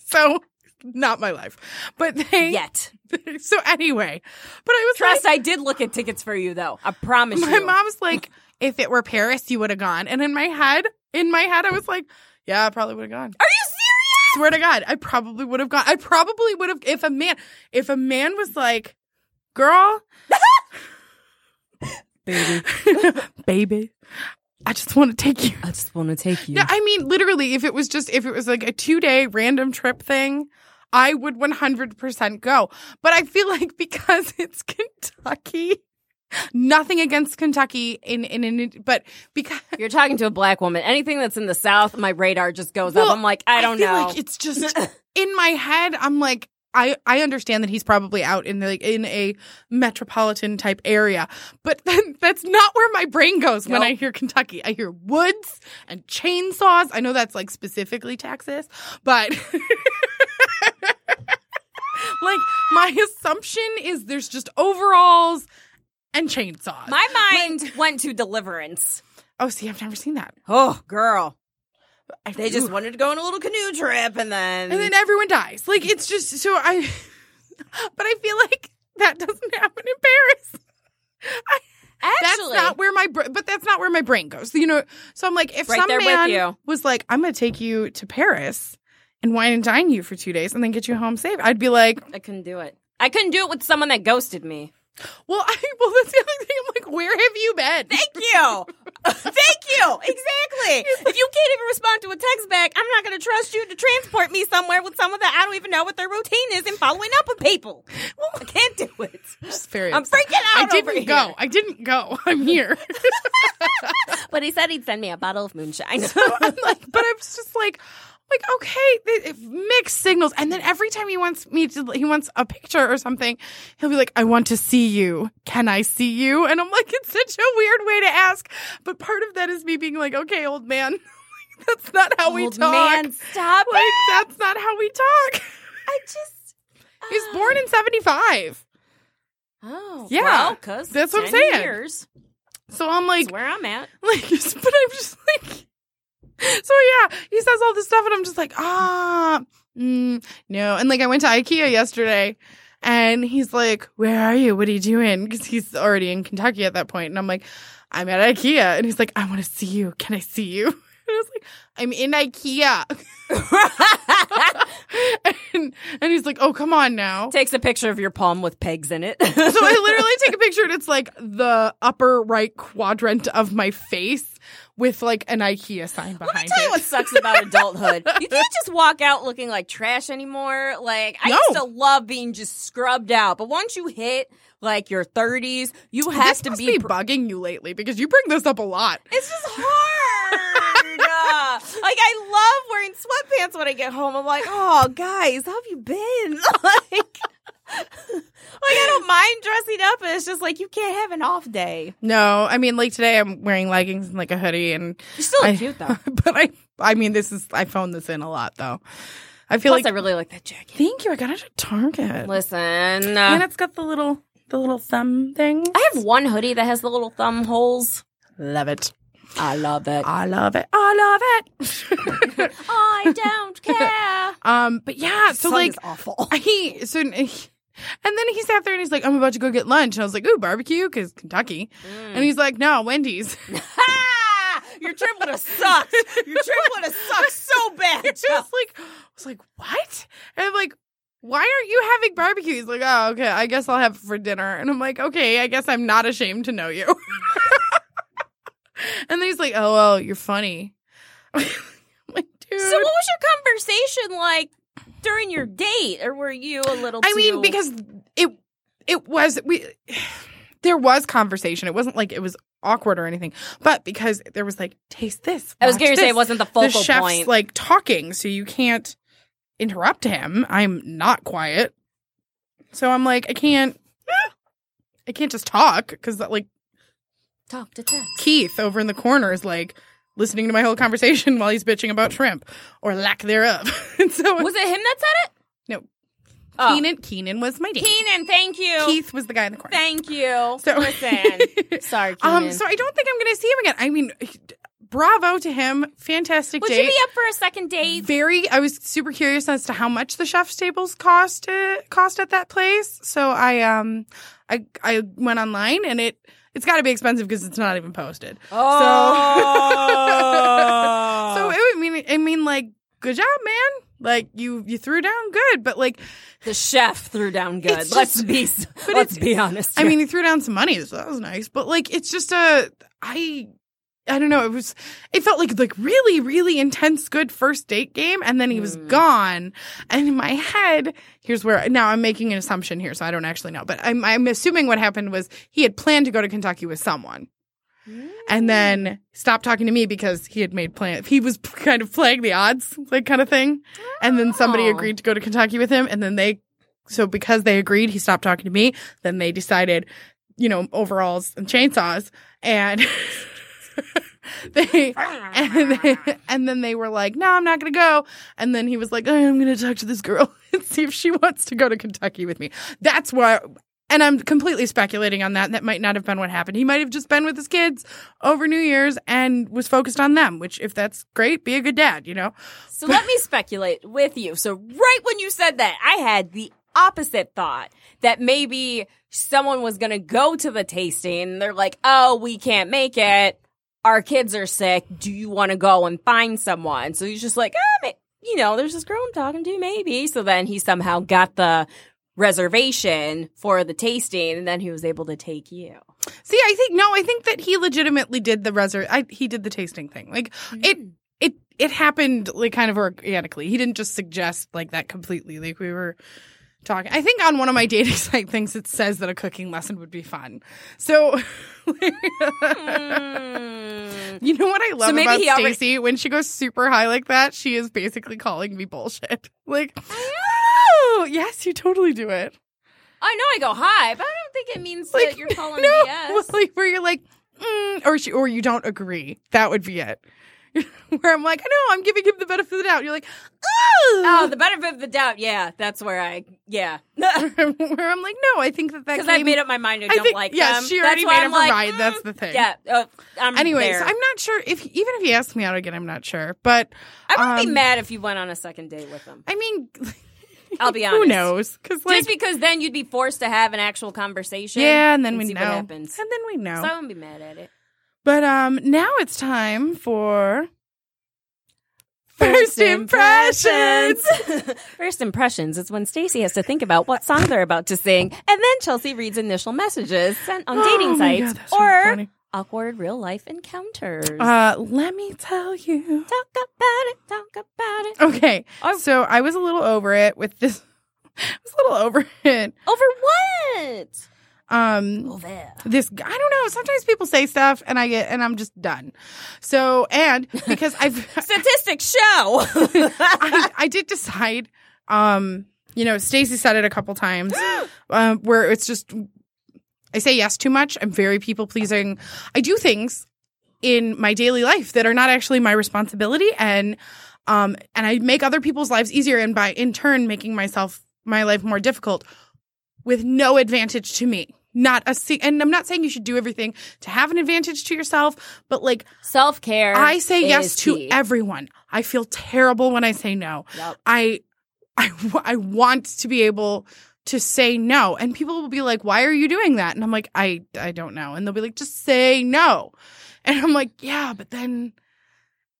Speaker 2: So not my life, but they,
Speaker 3: Yet.
Speaker 2: so anyway, but I was like,
Speaker 3: Trust, I did look at tickets for you, though. I promise
Speaker 2: my
Speaker 3: you.
Speaker 2: mom's like, if it were Paris, you would have gone. And in my head, in my head, I was like, yeah, I probably would have gone.
Speaker 3: Are you serious?
Speaker 2: swear to God, I probably would have gone. I probably would have if a man if a man was like, girl, baby, baby, I just want to take you.
Speaker 3: I just want to take you.
Speaker 2: No, I mean literally, if it was just if it was like a two day random trip thing. I would 100% go. But I feel like because it's Kentucky, nothing against Kentucky in in, in but because
Speaker 3: You're talking to a black woman. Anything that's in the South, my radar just goes
Speaker 2: Well,
Speaker 3: up. I'm like, I don't
Speaker 2: feel
Speaker 3: know.
Speaker 2: Like it's just in my head. I'm like, I I understand that he's probably out in the, like in a metropolitan type area, but then that's not where my brain goes when
Speaker 3: Nope.
Speaker 2: I hear Kentucky. I hear woods and chainsaws. I know that's like specifically Texas, but. Like my assumption is there's just overalls and chainsaws.
Speaker 3: my mind went to Deliverance.
Speaker 2: oh, see, I've never seen that.
Speaker 3: Oh, girl.
Speaker 2: I-
Speaker 3: They just
Speaker 2: Ooh.
Speaker 3: wanted to go on a little canoe trip and then.
Speaker 2: and then everyone dies. Like it's just so I, but I feel like that doesn't happen in Paris. I, that's
Speaker 3: Actually,
Speaker 2: not where my br- but that's not where my brain goes. You know, so I'm like, if
Speaker 3: Right
Speaker 2: some
Speaker 3: there with
Speaker 2: man
Speaker 3: you.
Speaker 2: was like, I'm gonna take you to Paris and wine and dine you for two days and then get you home safe, I'd be like,
Speaker 3: I couldn't do it. I couldn't do it with someone that ghosted me.
Speaker 2: well, I well that's the other thing. I'm like, where have you been?
Speaker 3: Thank you. Thank you. Exactly. If you can't even respond to a text back, I'm not going to trust you to transport me somewhere with someone that I don't even know what their routine is and following up with people. I can't do it.
Speaker 2: It's very
Speaker 3: I'm
Speaker 2: upset.
Speaker 3: freaking out
Speaker 2: I didn't
Speaker 3: over
Speaker 2: go.
Speaker 3: here.
Speaker 2: I didn't go. I'm here.
Speaker 3: But he said he'd send me a bottle of moonshine.
Speaker 2: I'm like, but I was just like, like okay, they- if mixed signals. And then every time he wants me to, he wants a picture or something, he'll be like, "I want to see you. Can I see you?" And I'm like, it's such a weird way to ask. But part of that is me being like, "Okay, old man, that's not how we
Speaker 3: Old
Speaker 2: talk.
Speaker 3: man, stop
Speaker 2: Like
Speaker 3: it.
Speaker 2: that's not how we talk."
Speaker 3: I just. uh,
Speaker 2: He's born in '75,
Speaker 3: Oh.
Speaker 2: Yeah.
Speaker 3: well, 'cause
Speaker 2: That's what I'm
Speaker 3: 10
Speaker 2: saying.
Speaker 3: Years,
Speaker 2: so I'm like,
Speaker 3: is where I'm at.
Speaker 2: Like, but I'm just like, so yeah, he says all this stuff, and I'm just like, ah, mm, no. And like, I went to IKEA yesterday, and he's like, "Where are you? What are you doing?" Because he's already in Kentucky at that point, and I'm like, "I'm at IKEA," and he's like, "I want to see you. Can I see you?" And I was like, "I'm in IKEA," and, and he's like, "Oh, come on now."
Speaker 3: Takes a picture of your palm with pegs in it.
Speaker 2: So I literally take a picture and it's like the upper right quadrant of my face with like an IKEA sign behind
Speaker 3: Let me tell you
Speaker 2: it.
Speaker 3: what sucks about adulthood. You can't just walk out looking like trash anymore. Like I
Speaker 2: No.
Speaker 3: used to love being just scrubbed out, but once you hit like your thirties, you have
Speaker 2: this
Speaker 3: to
Speaker 2: must
Speaker 3: be. pr-
Speaker 2: bugging you lately because you bring this up a lot.
Speaker 3: it's just hard. Uh, like I love wearing sweatpants when I get home. I'm like, oh guys, how have you been? like. Like I don't mind dressing up, but it's just like you can't have an off day.
Speaker 2: No, I mean like today I'm wearing leggings and like a hoodie and
Speaker 3: You still look
Speaker 2: I-
Speaker 3: cute though.
Speaker 2: but I I mean this is I phone this in a lot though. I feel
Speaker 3: Plus, I
Speaker 2: like
Speaker 3: really like that jacket.
Speaker 2: thank you. I got it at Target.
Speaker 3: Listen, uh,
Speaker 2: and it's got the little the little thumb thing.
Speaker 3: I have one hoodie that has the little thumb holes.
Speaker 2: love it.
Speaker 3: I love it.
Speaker 2: I love it. I love it.
Speaker 3: I don't care.
Speaker 2: um, but yeah, so
Speaker 3: Song
Speaker 2: like
Speaker 3: is awful.
Speaker 2: he so and then he sat there and he's like, I'm about to go get lunch. And I was like, ooh, barbecue, because Kentucky.
Speaker 3: Mm.
Speaker 2: And he's like, no, Wendy's.
Speaker 3: Ha! Your trip would have sucked. Your trip would have sucked so bad.
Speaker 2: It's just like I was like, what? And I'm like, why aren't you having barbecue? He's like, oh, okay, I guess I'll have it for dinner. And I'm like, okay, I guess I'm not ashamed to know you. and then he's like, oh well, you're funny. I'm like, dude.
Speaker 3: So, what was your conversation like during your date, or were you a little?
Speaker 2: I mean,
Speaker 3: too-
Speaker 2: because it it was we there was conversation. It wasn't like it was awkward or anything, but because there was like, taste this.
Speaker 3: I was
Speaker 2: watch
Speaker 3: going to say
Speaker 2: this.
Speaker 3: it wasn't the
Speaker 2: the
Speaker 3: focal
Speaker 2: chef's
Speaker 3: point.
Speaker 2: like talking, so you can't interrupt him. I'm not quiet, so I'm like, I can't, I can't just talk because like
Speaker 3: Talk to text.
Speaker 2: Keith over in the corner is like listening to my whole conversation while he's bitching about shrimp or lack thereof. and so
Speaker 3: Was it him that said it?
Speaker 2: no,
Speaker 3: Oh.
Speaker 2: Keenan, Keenan was my date.
Speaker 3: Keenan, thank you.
Speaker 2: Keith was the guy in the corner.
Speaker 3: Thank you.
Speaker 2: So-
Speaker 3: Listen, sorry, Keenan.
Speaker 2: um, so I don't think I'm going to see him again. I mean, bravo to him, fantastic
Speaker 3: would
Speaker 2: date.
Speaker 3: you be up for a second date?
Speaker 2: very i was super curious as to how much the chef's tables cost uh, cost at that place so i um i i went online and it it's got to be expensive because it's not even posted so so it, i mean i mean like good job man like you you threw down good but like
Speaker 3: the chef threw down good.
Speaker 2: It's
Speaker 3: let's
Speaker 2: just-
Speaker 3: be
Speaker 2: but
Speaker 3: let's
Speaker 2: it's-
Speaker 3: be honest.
Speaker 2: i
Speaker 3: here.
Speaker 2: mean he threw down some money so that was nice but like it's just a i I don't know. It was. It felt like like really, really intense, good first date game, and then he was gone. And in my head, here's where now I'm making an assumption here, so I don't actually know, but I'm I'm assuming what happened was he had planned to go to Kentucky with someone, and then stopped talking to me because he had made plans. He was p- kind of playing the odds, like kind of thing. And then somebody
Speaker 3: Oh.
Speaker 2: agreed to go to Kentucky with him, and then they. So because they agreed, he stopped talking to me. Then they decided, you know, overalls and chainsaws, and they and then, and then they were like, "No, I'm not going to go." And then he was like, "I'm going to talk to this girl and see if she wants to go to Kentucky with me." That's why. And I'm completely speculating on that. That might not have been what happened. He might have just been with his kids over New Year's and was focused on them. Which, if that's great, be a good dad. You know,
Speaker 3: So let me speculate with you. So right when you said that, I had the opposite thought that maybe someone was going to go to the tasting and they're like, "Oh, we can't make it. Our kids are sick. Do you want to go and find someone?" So he's just like, ah, ma- "You know, there's this girl I'm talking to, maybe." So then he somehow got the reservation for the tasting and then he was able to take you.
Speaker 2: See, I think no, I think that he legitimately did the reser. I, he did the tasting thing. Like it,
Speaker 3: Mm.
Speaker 2: it, it happened like kind of organically. He didn't just suggest like that completely. Like we were talking. I think on one of my dating site things, it says that a cooking lesson would be fun. So,
Speaker 3: Mm.
Speaker 2: you know what I love
Speaker 3: maybe
Speaker 2: about
Speaker 3: he already-
Speaker 2: Stacy when she goes super high like that, she is basically calling me bullshit. Like, oh yes, you totally do it.
Speaker 3: I know I go high, but I don't think it means
Speaker 2: Like
Speaker 3: that you're calling
Speaker 2: no,
Speaker 3: me yes.
Speaker 2: like where you're like, mm, or she, or you don't agree. That would be it. where I'm like, no, I'm giving him the benefit of the doubt. You're like,
Speaker 3: Oh,
Speaker 2: oh,
Speaker 3: the benefit of the doubt. Yeah, that's where I. Yeah,
Speaker 2: where I'm like, no, I think that that
Speaker 3: because I
Speaker 2: came-
Speaker 3: made up my mind I
Speaker 2: I
Speaker 3: don't
Speaker 2: think-
Speaker 3: like
Speaker 2: yeah,
Speaker 3: them.
Speaker 2: she
Speaker 3: That's
Speaker 2: already
Speaker 3: why
Speaker 2: made
Speaker 3: I'm
Speaker 2: up her
Speaker 3: like,
Speaker 2: mind.
Speaker 3: mm,
Speaker 2: That's the thing.
Speaker 3: Yeah. Oh, I'm
Speaker 2: Anyways,
Speaker 3: there.
Speaker 2: I'm not sure if even if he asked me out again, I'm not sure. But
Speaker 3: I would be
Speaker 2: um,
Speaker 3: mad if you went on a second date with them.
Speaker 2: I mean,
Speaker 3: I'll be honest.
Speaker 2: who knows? Because like,
Speaker 3: Just because then you'd be forced to have an actual conversation.
Speaker 2: yeah, and then we
Speaker 3: see
Speaker 2: know,
Speaker 3: what happens.
Speaker 2: and then we know.
Speaker 3: So I wouldn't be mad at it.
Speaker 2: but um, now it's time for first impressions.
Speaker 3: First impressions is when Stacy has to think about what song they're about to sing, and then Chelsea reads initial messages sent on dating
Speaker 2: Oh my God,
Speaker 3: sites
Speaker 2: that's really
Speaker 3: or
Speaker 2: funny.
Speaker 3: awkward real life encounters.
Speaker 2: Uh, let me tell you.
Speaker 3: talk about it. Talk about it.
Speaker 2: Okay,
Speaker 3: Oh.
Speaker 2: so I was a little over it with this. I was a little over it.
Speaker 3: Over what?
Speaker 2: Um,
Speaker 3: Over.
Speaker 2: this I don't know. Sometimes people say stuff, and I get, and I'm just done. So, and because I've,
Speaker 3: Statistics show.
Speaker 2: I, I did decide. Um, you know, Stacy said it a couple times, um, where it's just I say yes too much. I'm very people pleasing. I do things in my daily life that are not actually my responsibility, and um, and I make other people's lives easier, and by in turn making myself my life more difficult with no advantage to me. Not a sing- and I'm not saying you should do everything to have an advantage to yourself, but like
Speaker 3: Self care.
Speaker 2: I say yes to everyone. I feel terrible when I say no.
Speaker 3: Yep.
Speaker 2: I, I, w- I want to be able to say no, and people will be like, "Why are you doing that?" And I'm like, "I, I don't know." And they'll be like, "Just say no," and I'm like, "Yeah," but then,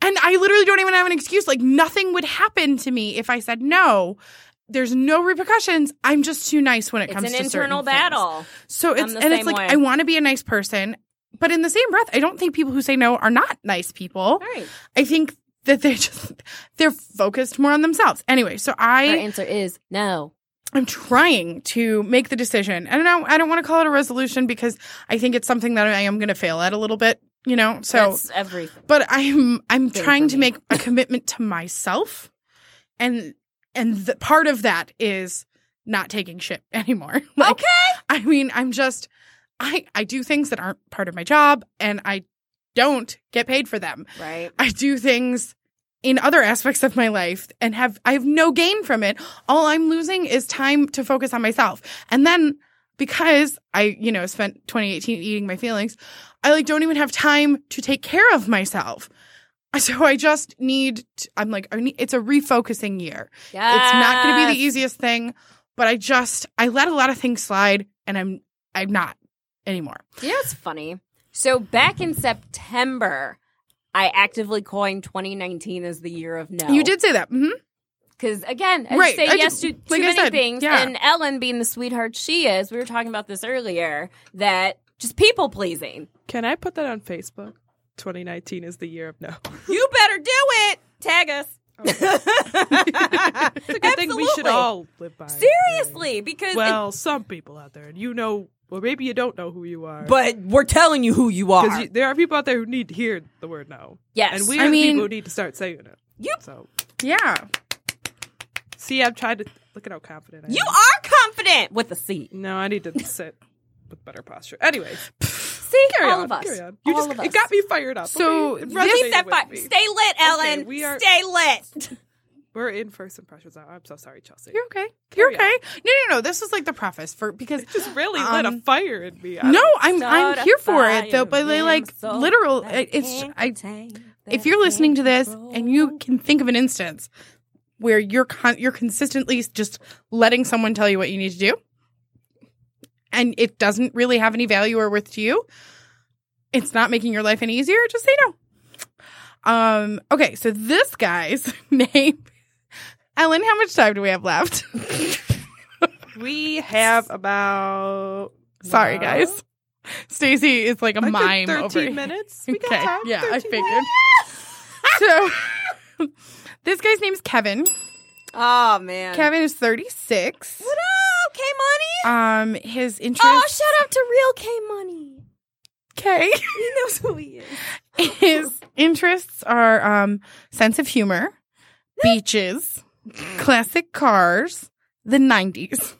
Speaker 2: and I literally don't even have an excuse. Like nothing would happen to me if I said no. There's no repercussions. I'm just too nice when it
Speaker 3: It's
Speaker 2: comes
Speaker 3: an
Speaker 2: to certain
Speaker 3: internal
Speaker 2: things.
Speaker 3: battle.
Speaker 2: So it's
Speaker 3: the
Speaker 2: and it's
Speaker 3: same
Speaker 2: like
Speaker 3: way.
Speaker 2: I want to be a nice person, but in the same breath, I don't think people who say no are not nice people.
Speaker 3: Right.
Speaker 2: I think that they just they're focused more on themselves. Anyway, so
Speaker 3: Our
Speaker 2: I
Speaker 3: answer is no.
Speaker 2: I'm trying to make the decision. I don't know. I don't want to call it a resolution because I think it's something that I am going to fail at a little bit. You know, so
Speaker 3: That's everything.
Speaker 2: but I'm I'm
Speaker 3: Same
Speaker 2: trying
Speaker 3: for
Speaker 2: to
Speaker 3: me.
Speaker 2: make a commitment to myself, and and the, part of that is not taking shit anymore. Like, I mean, I'm just I I do things that aren't part of my job, and I don't get paid for them.
Speaker 3: Right.
Speaker 2: I do things in other aspects of my life and have I have no gain from it. All I'm losing is time to focus on myself. And then because I, you know, spent 2018 eating my feelings, I like don't even have time to take care of myself. So I just need to, I'm like I need, it's a refocusing year. It's not going to be the
Speaker 3: Yes.
Speaker 2: easiest thing, but I just I let a lot of things slide and I'm I'm not anymore.
Speaker 3: You know what's funny? So back in September, I actively coined 2019 as the year of no.
Speaker 2: You did say that. Mhm.
Speaker 3: because again, I
Speaker 2: Right,
Speaker 3: say
Speaker 2: I
Speaker 3: yes
Speaker 2: did-
Speaker 3: to too
Speaker 2: like I
Speaker 3: many
Speaker 2: said,
Speaker 3: things.
Speaker 2: yeah.
Speaker 3: And Ellen, being the sweetheart she is, we were talking about this earlier that just people pleasing.
Speaker 5: Can I put that on Facebook? 2019 is the year of no.
Speaker 3: You better do it. Tag us.
Speaker 5: It's a good thing we should
Speaker 3: Absolutely.
Speaker 5: all live by.
Speaker 3: Seriously, because
Speaker 5: Well, some people out there, and you know, well, maybe you don't know who you are.
Speaker 3: but we're telling you who you are.
Speaker 5: Because you, there are people out there who need to hear the word no.
Speaker 3: Yes.
Speaker 5: And we
Speaker 2: I
Speaker 5: are the
Speaker 2: mean-
Speaker 5: people who need to start saying it.
Speaker 3: Yep.
Speaker 5: So,
Speaker 2: Yeah.
Speaker 5: see, I'm trying to look at how confident I
Speaker 3: you
Speaker 5: am.
Speaker 3: are confident with a C.
Speaker 5: No, I need to sit with better posture. Anyways,
Speaker 3: See,
Speaker 5: carry
Speaker 3: all
Speaker 5: on,
Speaker 3: of us.
Speaker 5: Carry on. You
Speaker 3: all
Speaker 5: just,
Speaker 3: of us.
Speaker 5: It got me fired up.
Speaker 2: So,
Speaker 5: okay? It
Speaker 2: this-
Speaker 5: resonated
Speaker 3: Step
Speaker 5: with
Speaker 3: by-
Speaker 5: me.
Speaker 3: Stay lit, Ellen.
Speaker 5: we are-
Speaker 3: Stay lit.
Speaker 5: We're in first impressions now. I'm so sorry, Chelsea.
Speaker 2: You're okay. You're
Speaker 5: Carry
Speaker 2: okay. No, no, no. This was like the preface for because
Speaker 5: just really lit a
Speaker 2: Um,
Speaker 5: fire in me. I
Speaker 2: no,
Speaker 5: don't-
Speaker 2: I'm I'm here for it though. But they
Speaker 3: Soda
Speaker 2: like
Speaker 3: fire, damn
Speaker 2: literal.
Speaker 3: soda
Speaker 2: it- It's
Speaker 3: can't
Speaker 2: I.
Speaker 3: contain
Speaker 2: If
Speaker 3: the
Speaker 2: you're listening to this
Speaker 3: control.
Speaker 2: and you can think of an instance where you're con- you're consistently just letting someone tell you what you need to do, and it doesn't really have any value or worth to you, it's not making your life any easier. Just say no. Um. Okay. So this guy's name, Ellen. How much time do we have left?
Speaker 5: we have about
Speaker 2: Sorry,
Speaker 5: well,
Speaker 2: guys. Stacy is like a
Speaker 5: like
Speaker 2: mime.
Speaker 5: Thirteen
Speaker 2: over here.
Speaker 5: minutes. We
Speaker 2: okay.
Speaker 5: got time.
Speaker 2: Yeah, I
Speaker 5: 13
Speaker 2: figured.
Speaker 5: minutes.
Speaker 2: so this guy's name's Kevin.
Speaker 3: Oh man.
Speaker 2: Kevin is 36.
Speaker 3: What up, K
Speaker 2: Um,
Speaker 3: Money?
Speaker 2: his interest.
Speaker 3: Oh, shout out to real K Money.
Speaker 2: okay.
Speaker 3: He knows who he is.
Speaker 2: his interests are um, sense of humor, beaches, classic cars, the 90s.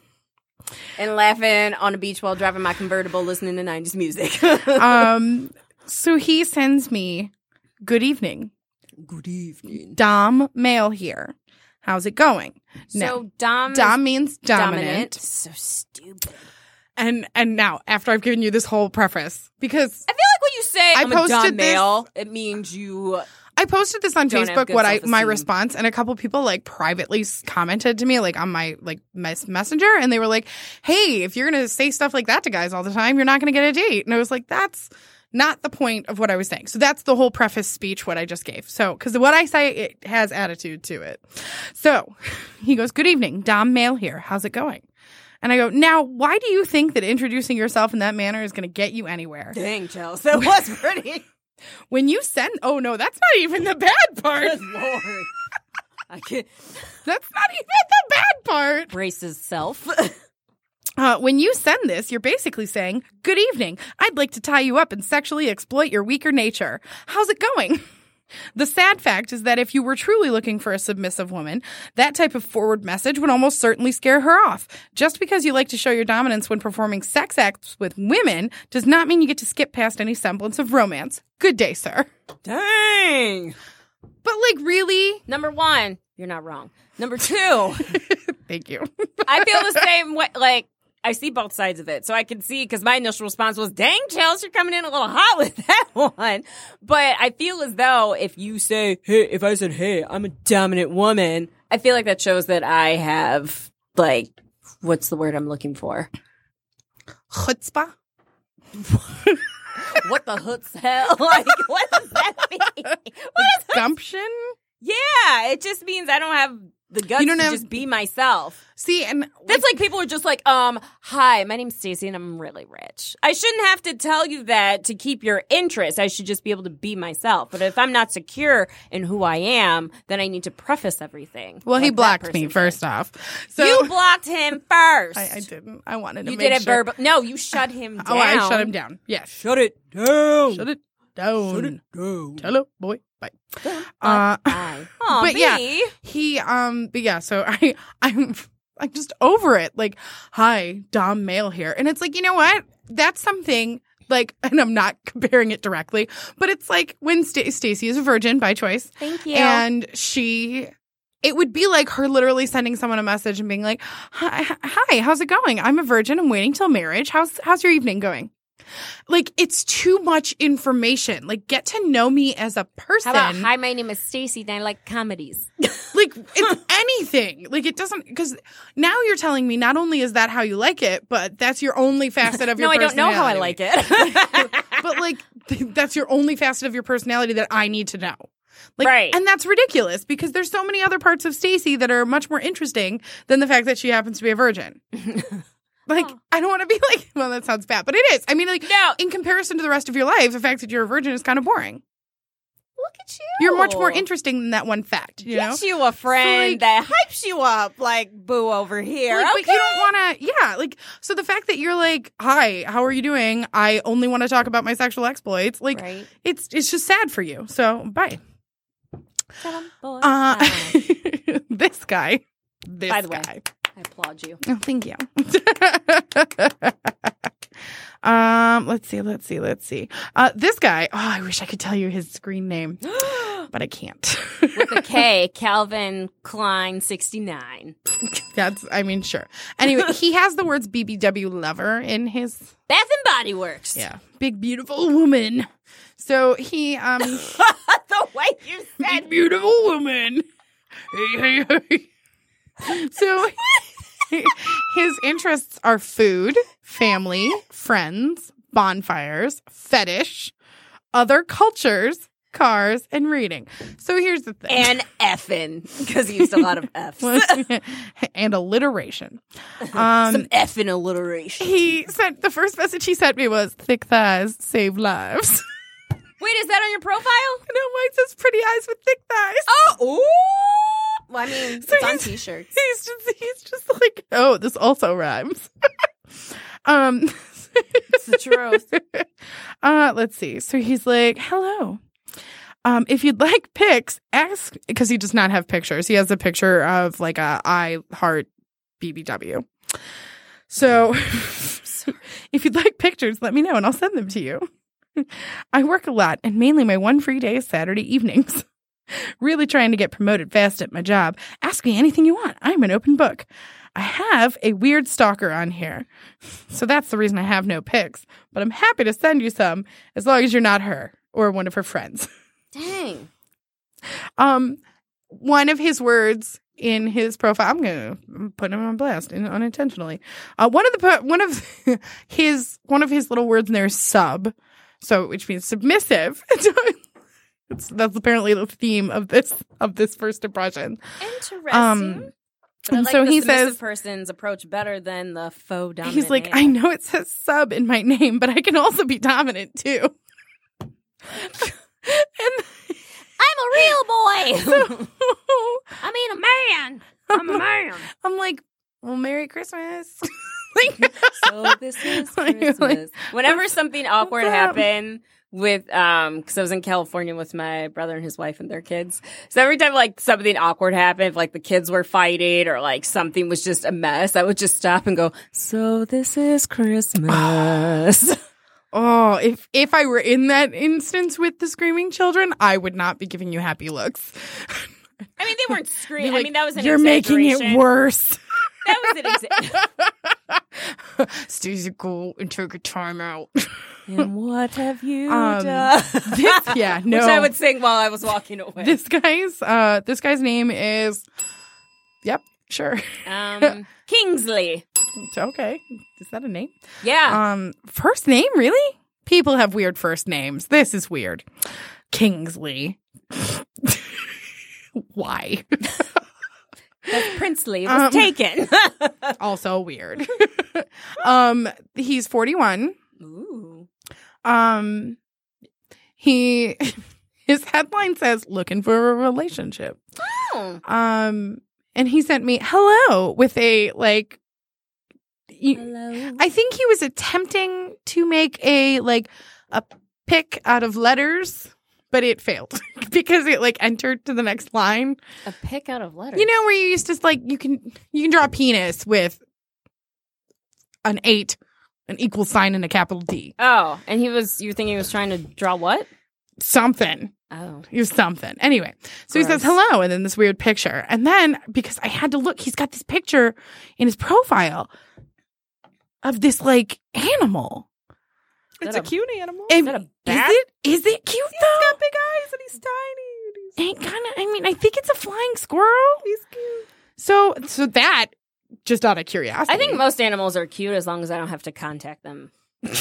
Speaker 3: And laughing on a beach while driving my convertible, listening to '90s music.
Speaker 2: Um, so he sends me good evening.
Speaker 3: Good evening.
Speaker 2: Dom mail here. How's it going?
Speaker 3: So Dom. is
Speaker 2: Dom means
Speaker 3: dominant.
Speaker 2: dominant.
Speaker 3: So stupid.
Speaker 2: And and now after I've given you this whole preference because
Speaker 3: I feel like when you say
Speaker 2: I
Speaker 3: I am a
Speaker 2: posted
Speaker 3: dumb
Speaker 2: this-
Speaker 3: male, it means you.
Speaker 2: I posted this on
Speaker 3: Don't have
Speaker 2: Facebook
Speaker 3: good
Speaker 2: what I my
Speaker 3: self-esteem.
Speaker 2: response and a couple people like privately s- commented to me like on my like mes- messenger and they were like, "Hey, if you're going to say stuff like that to guys all the time, you're not going to get a date." And I was like, "That's not the point of what I was saying." So that's the whole preface speech what I just gave. So cuz what I say it has attitude to it. So, he goes, "Good evening. Dom Mail here. How's it going?" And I go, "Now, why do you think that introducing yourself in that manner is going to get you anywhere?"
Speaker 3: Dang, Chels, that was pretty.
Speaker 2: When you send Oh no, that's not even the bad part.
Speaker 3: Good lord. I can't.
Speaker 2: That's not even the bad part.
Speaker 3: Braces self.
Speaker 2: Uh, when you send this, you're basically saying, Good evening. I'd like to tie you up and sexually exploit your weaker nature. How's it going? The sad fact is that if you were truly looking for a submissive woman, that type of forward message would almost certainly scare her off. Just because you like to show your dominance when performing sex acts with women does not mean you get to skip past any semblance of romance. Good day, sir.
Speaker 3: Dang.
Speaker 2: But, like, really?
Speaker 3: Number one, you're not wrong. Number two,
Speaker 2: Thank you.
Speaker 3: I feel the same way. Like, I see both sides of it. So I can see because my initial response was, dang, Chels, you're coming in a little hot with that one. But I feel as though if you say, hey, if I said, hey, I'm a dominant woman, I feel like that shows that I have, like, what's the word I'm looking for?
Speaker 2: Chutzpah?
Speaker 3: What the hoot's hell? Like, what does that mean? What is,
Speaker 2: Gumption?
Speaker 3: yeah, it just means I don't have the guts
Speaker 2: You don't
Speaker 3: to
Speaker 2: have-
Speaker 3: just be myself.
Speaker 2: See, and
Speaker 3: That's like people are just like, um, hi, my name's Stacey and I'm really rich. I shouldn't have to tell you that to keep your interest. I should just be able to be myself. But if I'm not secure in who I am, then I need to preface everything.
Speaker 2: well, he
Speaker 3: like that
Speaker 2: blocked me
Speaker 3: person
Speaker 2: first
Speaker 3: did.
Speaker 2: off. So
Speaker 3: you blocked him first.
Speaker 2: I, I didn't. I wanted to
Speaker 3: you
Speaker 2: make
Speaker 3: did it
Speaker 2: sure.
Speaker 3: verbal. No, you shut him down.
Speaker 2: Oh, I shut him down. Yes.
Speaker 3: Shut it down.
Speaker 2: Shut it down.
Speaker 3: Shut it down.
Speaker 2: Tell him, boy. Bye. Uh,
Speaker 3: Bye. Aw,
Speaker 2: but yeah.
Speaker 3: B.
Speaker 2: he um but yeah so i i'm i'm just over it like hi dom male here and it's like you know what that's something like and i'm not comparing it directly but it's like when Sta- stacy is a virgin by choice
Speaker 3: Thank you.
Speaker 2: and she it would be like her literally sending someone a message and being like hi, hi how's it going i'm a virgin i'm waiting till marriage how's how's your evening going like it's too much information like get to know me as a
Speaker 3: How
Speaker 2: person
Speaker 3: about hi? My name is Stacey. and I like comedies.
Speaker 2: like it's anything like it doesn't because now you're telling me not only is that how you like it but that's your only facet of your
Speaker 3: No, I don't know how I like
Speaker 2: personality.
Speaker 3: it.
Speaker 2: but like th- that's your only facet of your personality that i need to know like,
Speaker 3: Right.
Speaker 2: and that's ridiculous because there's so many other parts of stacy that are much more interesting than the fact that she happens to be a virgin like i don't want to be like well that sounds bad but it is i mean like
Speaker 3: No.
Speaker 2: in comparison to the rest of your life the fact that you're a virgin is kind of boring
Speaker 3: Look at you.
Speaker 2: you're much more interesting than that one fact you know
Speaker 3: Get you a friend
Speaker 2: like-
Speaker 3: that hypes you up, like boo over here.
Speaker 2: Like,
Speaker 3: okay.
Speaker 2: But you don't want to, yeah. Like, so the fact that you're like, "Hi, how are you doing? I only want to talk about my sexual exploits." Like,
Speaker 3: Right.
Speaker 2: it's it's just sad for you. So bye.
Speaker 3: Tell 'em, boy,
Speaker 2: Uh,
Speaker 3: I
Speaker 2: this guy, this
Speaker 3: By the way.
Speaker 2: guy.
Speaker 3: I applaud you.
Speaker 2: Oh, thank you. um, let's see, let's see, let's see. Uh, this guy. Oh, I wish I could tell you his screen name, but I can't.
Speaker 3: With a K, Calvin Klein 69.
Speaker 2: That's. I mean, sure. Anyway, he has the words BBW lover in his
Speaker 3: Bath and Body Works.
Speaker 2: Yeah. Big beautiful woman. So he um
Speaker 3: the way you said
Speaker 2: big beautiful woman. Hey, hey, hey. So his interests are food, family, friends, bonfires, fetish, other cultures, cars, and reading. So here's the thing.
Speaker 3: and effing, because he used a lot of F's.
Speaker 2: and alliteration. Um
Speaker 3: Some effing alliteration.
Speaker 2: he sent the first message he sent me was thick thighs save lives.
Speaker 3: Wait, is that on your profile?
Speaker 2: no, mine says pretty eyes with thick thighs.
Speaker 3: Oh, ooh. Well, I mean,
Speaker 2: So
Speaker 3: it's on
Speaker 2: he's-
Speaker 3: t-shirts.
Speaker 2: he's just he's just like oh this also rhymes um
Speaker 3: It's the truth.
Speaker 2: uh let's see so he's like hello um if you'd like pics ask because he does not have pictures he has a picture of like a i heart bbw so if you'd like pictures let me know and i'll send them to you i work a lot and mainly my one free day is saturday evenings really trying to get promoted fast at my job ask me anything you want i'm an open book i have a weird stalker on here so that's the reason i have no pics but i'm happy to send you some as long as you're not her or one of her friends
Speaker 3: Dang.
Speaker 2: um, one of his words in his profile. I'm gonna put him on blast in, unintentionally. Uh, one of the po- one of his one of his little words in there is sub, so which means submissive. So it's, that's apparently the theme of this of this first impression.
Speaker 3: Interesting.
Speaker 2: Um,
Speaker 3: But I
Speaker 2: and
Speaker 3: like
Speaker 2: so
Speaker 3: the
Speaker 2: he
Speaker 3: submissive
Speaker 2: says-
Speaker 3: person's approach better than the faux dominant.
Speaker 2: He's like,
Speaker 3: male.
Speaker 2: I know it says sub in my name, but I can also be dominant too.
Speaker 3: I'm a real boy. I mean, a man.
Speaker 2: I'm a
Speaker 3: man.
Speaker 2: I'm like, well, Merry Christmas. like,
Speaker 3: So this is
Speaker 2: Like, like,
Speaker 3: Christmas. Whenever something awkward
Speaker 2: what's up?
Speaker 3: happened with um because I was in California with my brother and his wife and their kids. So every time like something awkward happened, if, like the kids were fighting or like something was just a mess, I would just stop and go, So this is Christmas.
Speaker 2: Oh, if if I were in that instance with the screaming children, I would not be giving you happy looks.
Speaker 3: I mean they weren't screaming.
Speaker 2: You're like,
Speaker 3: I mean that was an
Speaker 2: you're making it
Speaker 3: exaggeration.
Speaker 2: worse.
Speaker 3: That was an example.
Speaker 2: Stacey, go and take a time out.
Speaker 3: and what have you
Speaker 2: Um,
Speaker 3: done?
Speaker 2: this- yeah, no.
Speaker 3: Which I would sing while I was walking away.
Speaker 2: this guy's uh this guy's name is Yep, sure.
Speaker 3: um, Kingsley.
Speaker 2: okay. Is that a name?
Speaker 3: Yeah.
Speaker 2: Um first name, really? People have weird first names. This is weird. Kingsley. Why?
Speaker 3: That's Princely. It was
Speaker 2: um,
Speaker 3: taken.
Speaker 2: also weird. um he's 41.
Speaker 3: Ooh.
Speaker 2: Um he his headline says looking for a relationship.
Speaker 3: Oh.
Speaker 2: Um and he sent me hello with a like e-
Speaker 3: Hello.
Speaker 2: I think he was attempting to make a like a pick out of letters, but it failed because it like entered to the next line.
Speaker 3: A pick out of letters.
Speaker 2: You know where you used to like you can you can draw a penis with an eight, an equal sign, and a capital D.
Speaker 3: Oh, and he was. You thinking he was trying to draw what?
Speaker 2: Something.
Speaker 3: Oh.
Speaker 2: It was something. Anyway, so he
Speaker 3: Gross.
Speaker 2: says hello and then this weird picture. And then because I had to look, he's got this picture in his profile of this like animal.
Speaker 5: It's
Speaker 3: that
Speaker 5: a,
Speaker 3: a-
Speaker 5: cute animal.
Speaker 2: Is,
Speaker 3: that a bat?
Speaker 2: it is it cute
Speaker 5: He's
Speaker 2: though?
Speaker 5: got big eyes and he's tiny. And he's,
Speaker 2: Ain't kind of. I mean, I think it's a flying squirrel.
Speaker 5: he's cute.
Speaker 2: So, so that just out of curiosity,
Speaker 3: I think most animals are cute as long as I don't have to contact them.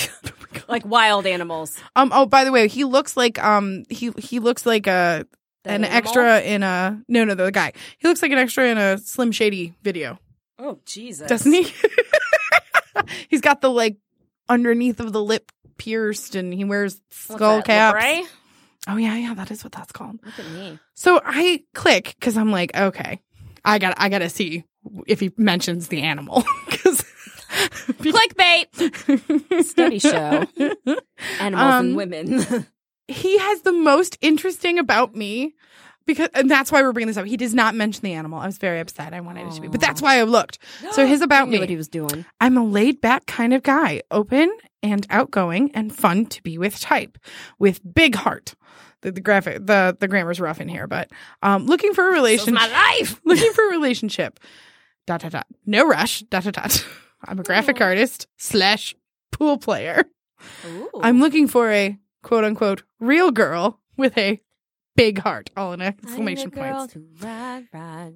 Speaker 3: like wild animals.
Speaker 2: Um. Oh, by the way, he looks like um. He he looks like a
Speaker 3: The
Speaker 2: an
Speaker 3: animal?
Speaker 2: extra in a no no the guy. He looks like an extra in a Slim Shady video,
Speaker 3: Oh Jesus!
Speaker 2: doesn't he? He's got the like underneath of the lip pierced, and he wears
Speaker 3: What's
Speaker 2: skull
Speaker 3: that,
Speaker 2: caps.
Speaker 3: Labret?
Speaker 2: Oh yeah, yeah. That is what that's called.
Speaker 3: Look at me.
Speaker 2: So I click because I'm like, okay, I got I gotta see if he mentions the animal 'Cause-
Speaker 3: Clickbait. Study show. Animals
Speaker 2: Um,
Speaker 3: and women.
Speaker 2: he has the most interesting about me because and that's why we're bringing this up he does not mention the animal i was very upset i wanted it to be but that's why i looked so his about
Speaker 3: knew what he
Speaker 2: me
Speaker 3: was doing.
Speaker 2: i'm a laid back kind of guy open and outgoing and fun to be with type with big heart the, the graphic the the grammar's rough in here but um looking for a
Speaker 3: This is
Speaker 2: relationship
Speaker 3: my life.
Speaker 2: looking for a relationship dot dot dot no rush dot dot dot i'm a graphic artist slash pool player I'm looking for a quote unquote real girl with a big heart, all in exclamation points.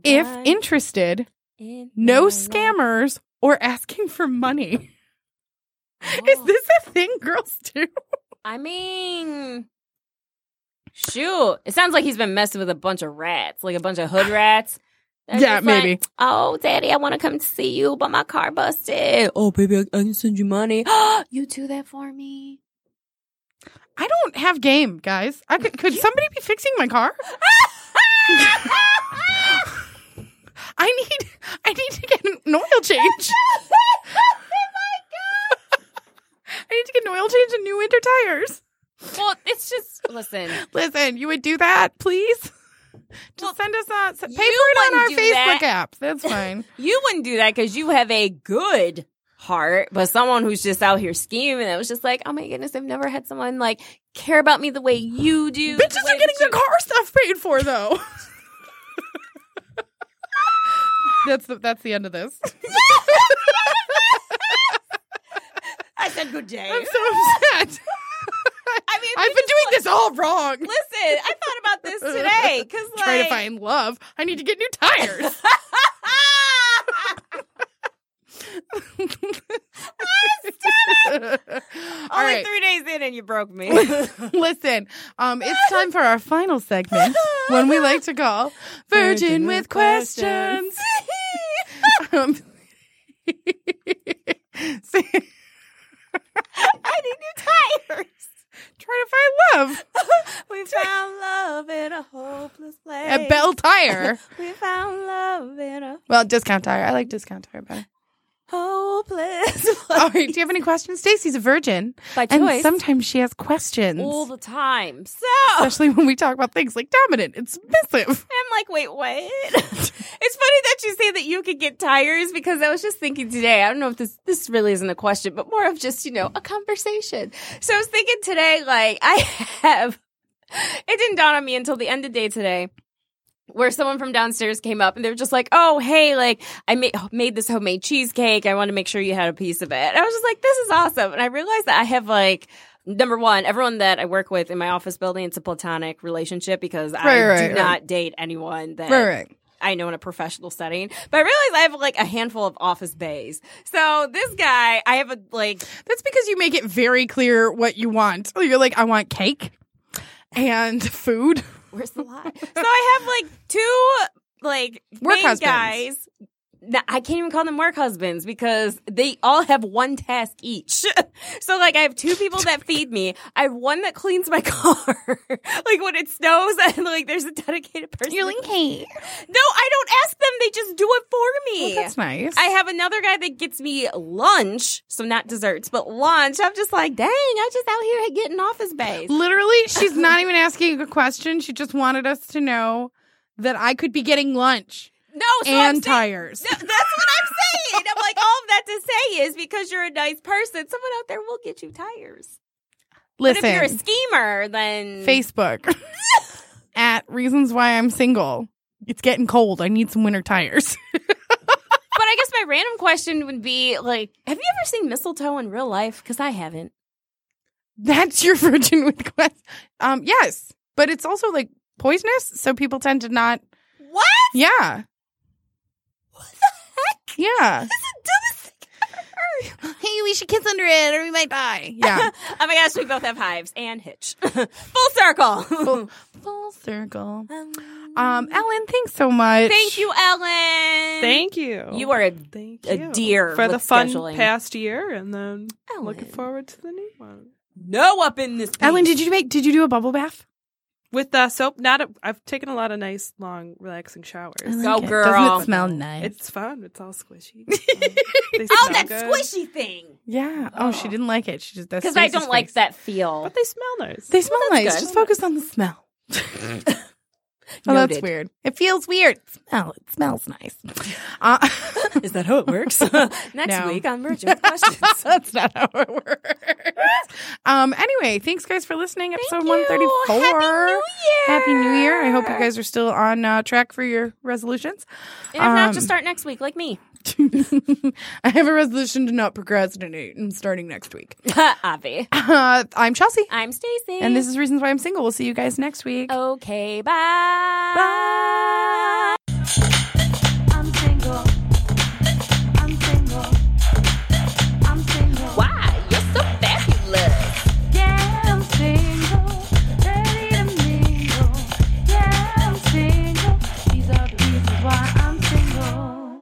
Speaker 2: If interested, no scammers or asking for money.
Speaker 3: Oh.
Speaker 2: Is this a thing girls do?
Speaker 3: I mean, shoot. It sounds like he's been messing with a bunch of rats, like a bunch of hood rats. They're
Speaker 2: Yeah,
Speaker 3: just like,
Speaker 2: maybe.
Speaker 3: oh, daddy, I want to come to see you, but my car busted. Oh, baby, I, I can send you money. you do that for me.
Speaker 2: I don't have game, guys. I could, could somebody be fixing my car? I need I need to get an oil change. I need to get an oil change and new winter tires.
Speaker 3: Well, it's just listen.
Speaker 2: Listen, you would do that, please. Just send us a s- pay for
Speaker 3: you
Speaker 2: it on our
Speaker 3: wouldn't do
Speaker 2: Facebook
Speaker 3: that.
Speaker 2: app. That's fine.
Speaker 3: You wouldn't do that because you have a good heart, but someone who's just out here scheming that was just like, oh my goodness, I've never had someone like care about me the way you do. the
Speaker 2: Bitches
Speaker 3: way
Speaker 2: are getting
Speaker 3: that
Speaker 2: their
Speaker 3: you-
Speaker 2: car stuff paid for though. that's the that's the end of this.
Speaker 3: I said good day.
Speaker 2: I'm so upset.
Speaker 3: I mean,
Speaker 2: I've
Speaker 3: we
Speaker 2: been
Speaker 3: just
Speaker 2: doing
Speaker 3: like-
Speaker 2: this all wrong.
Speaker 3: Listen, I thought about this today because like
Speaker 2: Try to find love. I need to get new tires. All
Speaker 3: only
Speaker 2: right.
Speaker 3: three days in and you broke me.
Speaker 2: Listen, um, it's time for our final segment, one we like to call Virgin, with, Questions. um, see,
Speaker 3: I need new tires.
Speaker 2: try to find love
Speaker 3: We found love in a hopeless place.
Speaker 2: at Bell Tire.
Speaker 3: We found love in a
Speaker 2: Well, Discount Tire. I like Discount Tire better.
Speaker 3: hopeless
Speaker 2: All
Speaker 3: place.
Speaker 2: right. Do you have any questions? Stacy's a virgin,
Speaker 3: By
Speaker 2: and
Speaker 3: choice.
Speaker 2: sometimes she has questions,
Speaker 3: All the time. So
Speaker 2: especially when we talk about things like dominant and submissive.
Speaker 3: I'm like, wait, what? it's funny that you say that you could get tires because I was just thinking today. I don't know if this this really isn't a question, but more of just you know a conversation. So I was thinking today, like I have. It didn't dawn on me until the end of day today where someone from downstairs came up and they were just like, "Oh, hey, like I made made this homemade cheesecake. I want to make sure you had a piece of it." And I was just like, "This is awesome!" And I realized that I have like. Number one, everyone that I work with in my office building, it's a platonic relationship because I
Speaker 2: Right, right,
Speaker 3: do
Speaker 2: right.
Speaker 3: not uh, date anyone that
Speaker 2: Right, right.
Speaker 3: I know in a professional setting. But I realize I have like a handful of office bays. So this guy, I have a like
Speaker 2: That's because you make it very clear what you want. You're like, I want cake and food.
Speaker 3: Where's the lie? so I have like two like
Speaker 2: Work
Speaker 3: main
Speaker 2: husbands.
Speaker 3: guys. No, I can't even call them work husbands because they all have one task each. so like I have two people that feed me. I have one that cleans my car. like when it snows and like there's a dedicated person. You're like, No, I don't ask them. They just do it for me.
Speaker 2: That's nice.
Speaker 3: I have another guy that gets me lunch, so not desserts, but lunch. I'm just like, dang, I just out here getting office base.
Speaker 2: Literally, she's not even asking a question. She just wanted us to know that I could be getting lunch
Speaker 3: No, so I'm
Speaker 2: and
Speaker 3: saying-
Speaker 2: tires.
Speaker 3: Th- That's what I'm saying. I'm like, all of that to say is because you're a nice person, someone out there will get you tires. But if you're a
Speaker 2: Listen,
Speaker 3: schemer, then
Speaker 2: Facebook at reasons why I'm single. It's getting cold. I need some winter tires.
Speaker 3: But I guess my random question would be like, have you ever seen mistletoe in real life? Because I haven't.
Speaker 2: That's your virgin with quest. Um, yes, but it's also like poisonous, so people tend to not.
Speaker 3: What?
Speaker 2: Yeah,
Speaker 3: What the heck?
Speaker 2: yeah,
Speaker 3: That's the dumbest thing I've ever heard.
Speaker 2: Hey, we should kiss under it or we might die. Yeah.
Speaker 3: Oh my gosh, we both have hives and hitch. Full circle.
Speaker 2: full, full circle. Um,
Speaker 3: Um,
Speaker 2: Ellen, thanks so much.
Speaker 3: thank you, Ellen.
Speaker 5: Thank you.
Speaker 3: You are a
Speaker 5: Thank
Speaker 3: a
Speaker 5: you.
Speaker 3: dear
Speaker 5: for the
Speaker 3: with
Speaker 5: fun
Speaker 3: scheduling.
Speaker 5: past year, and then looking
Speaker 3: Ellen.
Speaker 5: forward to the new one
Speaker 3: no up in this.
Speaker 2: Ellen,
Speaker 3: piece.
Speaker 2: did you make did you do a bubble bath?
Speaker 5: with the soap. Not a, I've taken a lot of nice, long, relaxing showers.
Speaker 3: Go,
Speaker 2: Okay.
Speaker 3: girl.
Speaker 2: Doesn't it smell nice?
Speaker 5: It's fun. It's all squishy.
Speaker 3: Oh, that squishy thing.
Speaker 2: yeah. Oh, she didn't like it. She just that's
Speaker 3: Because I
Speaker 2: Stacey's
Speaker 3: don't like
Speaker 2: face.
Speaker 3: that feel.
Speaker 5: But they smell nice.
Speaker 2: They smell nice.
Speaker 3: good.
Speaker 2: Just focus on the smell. oh, that's
Speaker 3: Noted.
Speaker 2: weird. It feels weird. Smell. It smells nice. Uh,
Speaker 3: Is that how it works? Next
Speaker 2: No.
Speaker 3: week on Virgin with Questions.
Speaker 2: that's not how it works. Um. Anyway, thanks guys for listening. Episode
Speaker 3: you.
Speaker 2: one thirty four.
Speaker 3: Happy New Year.
Speaker 2: Happy New Year. I hope you guys are still on uh, track for your resolutions.
Speaker 3: And if not,
Speaker 2: um,
Speaker 3: just start next week, like me.
Speaker 2: I have a resolution to not procrastinate and starting next week.
Speaker 3: Avi.
Speaker 2: Uh, I'm Chelsea.
Speaker 3: I'm Stacy.
Speaker 2: And this is Reasons Why I'm Single. We'll see you guys next week.
Speaker 3: Okay, bye. Bye.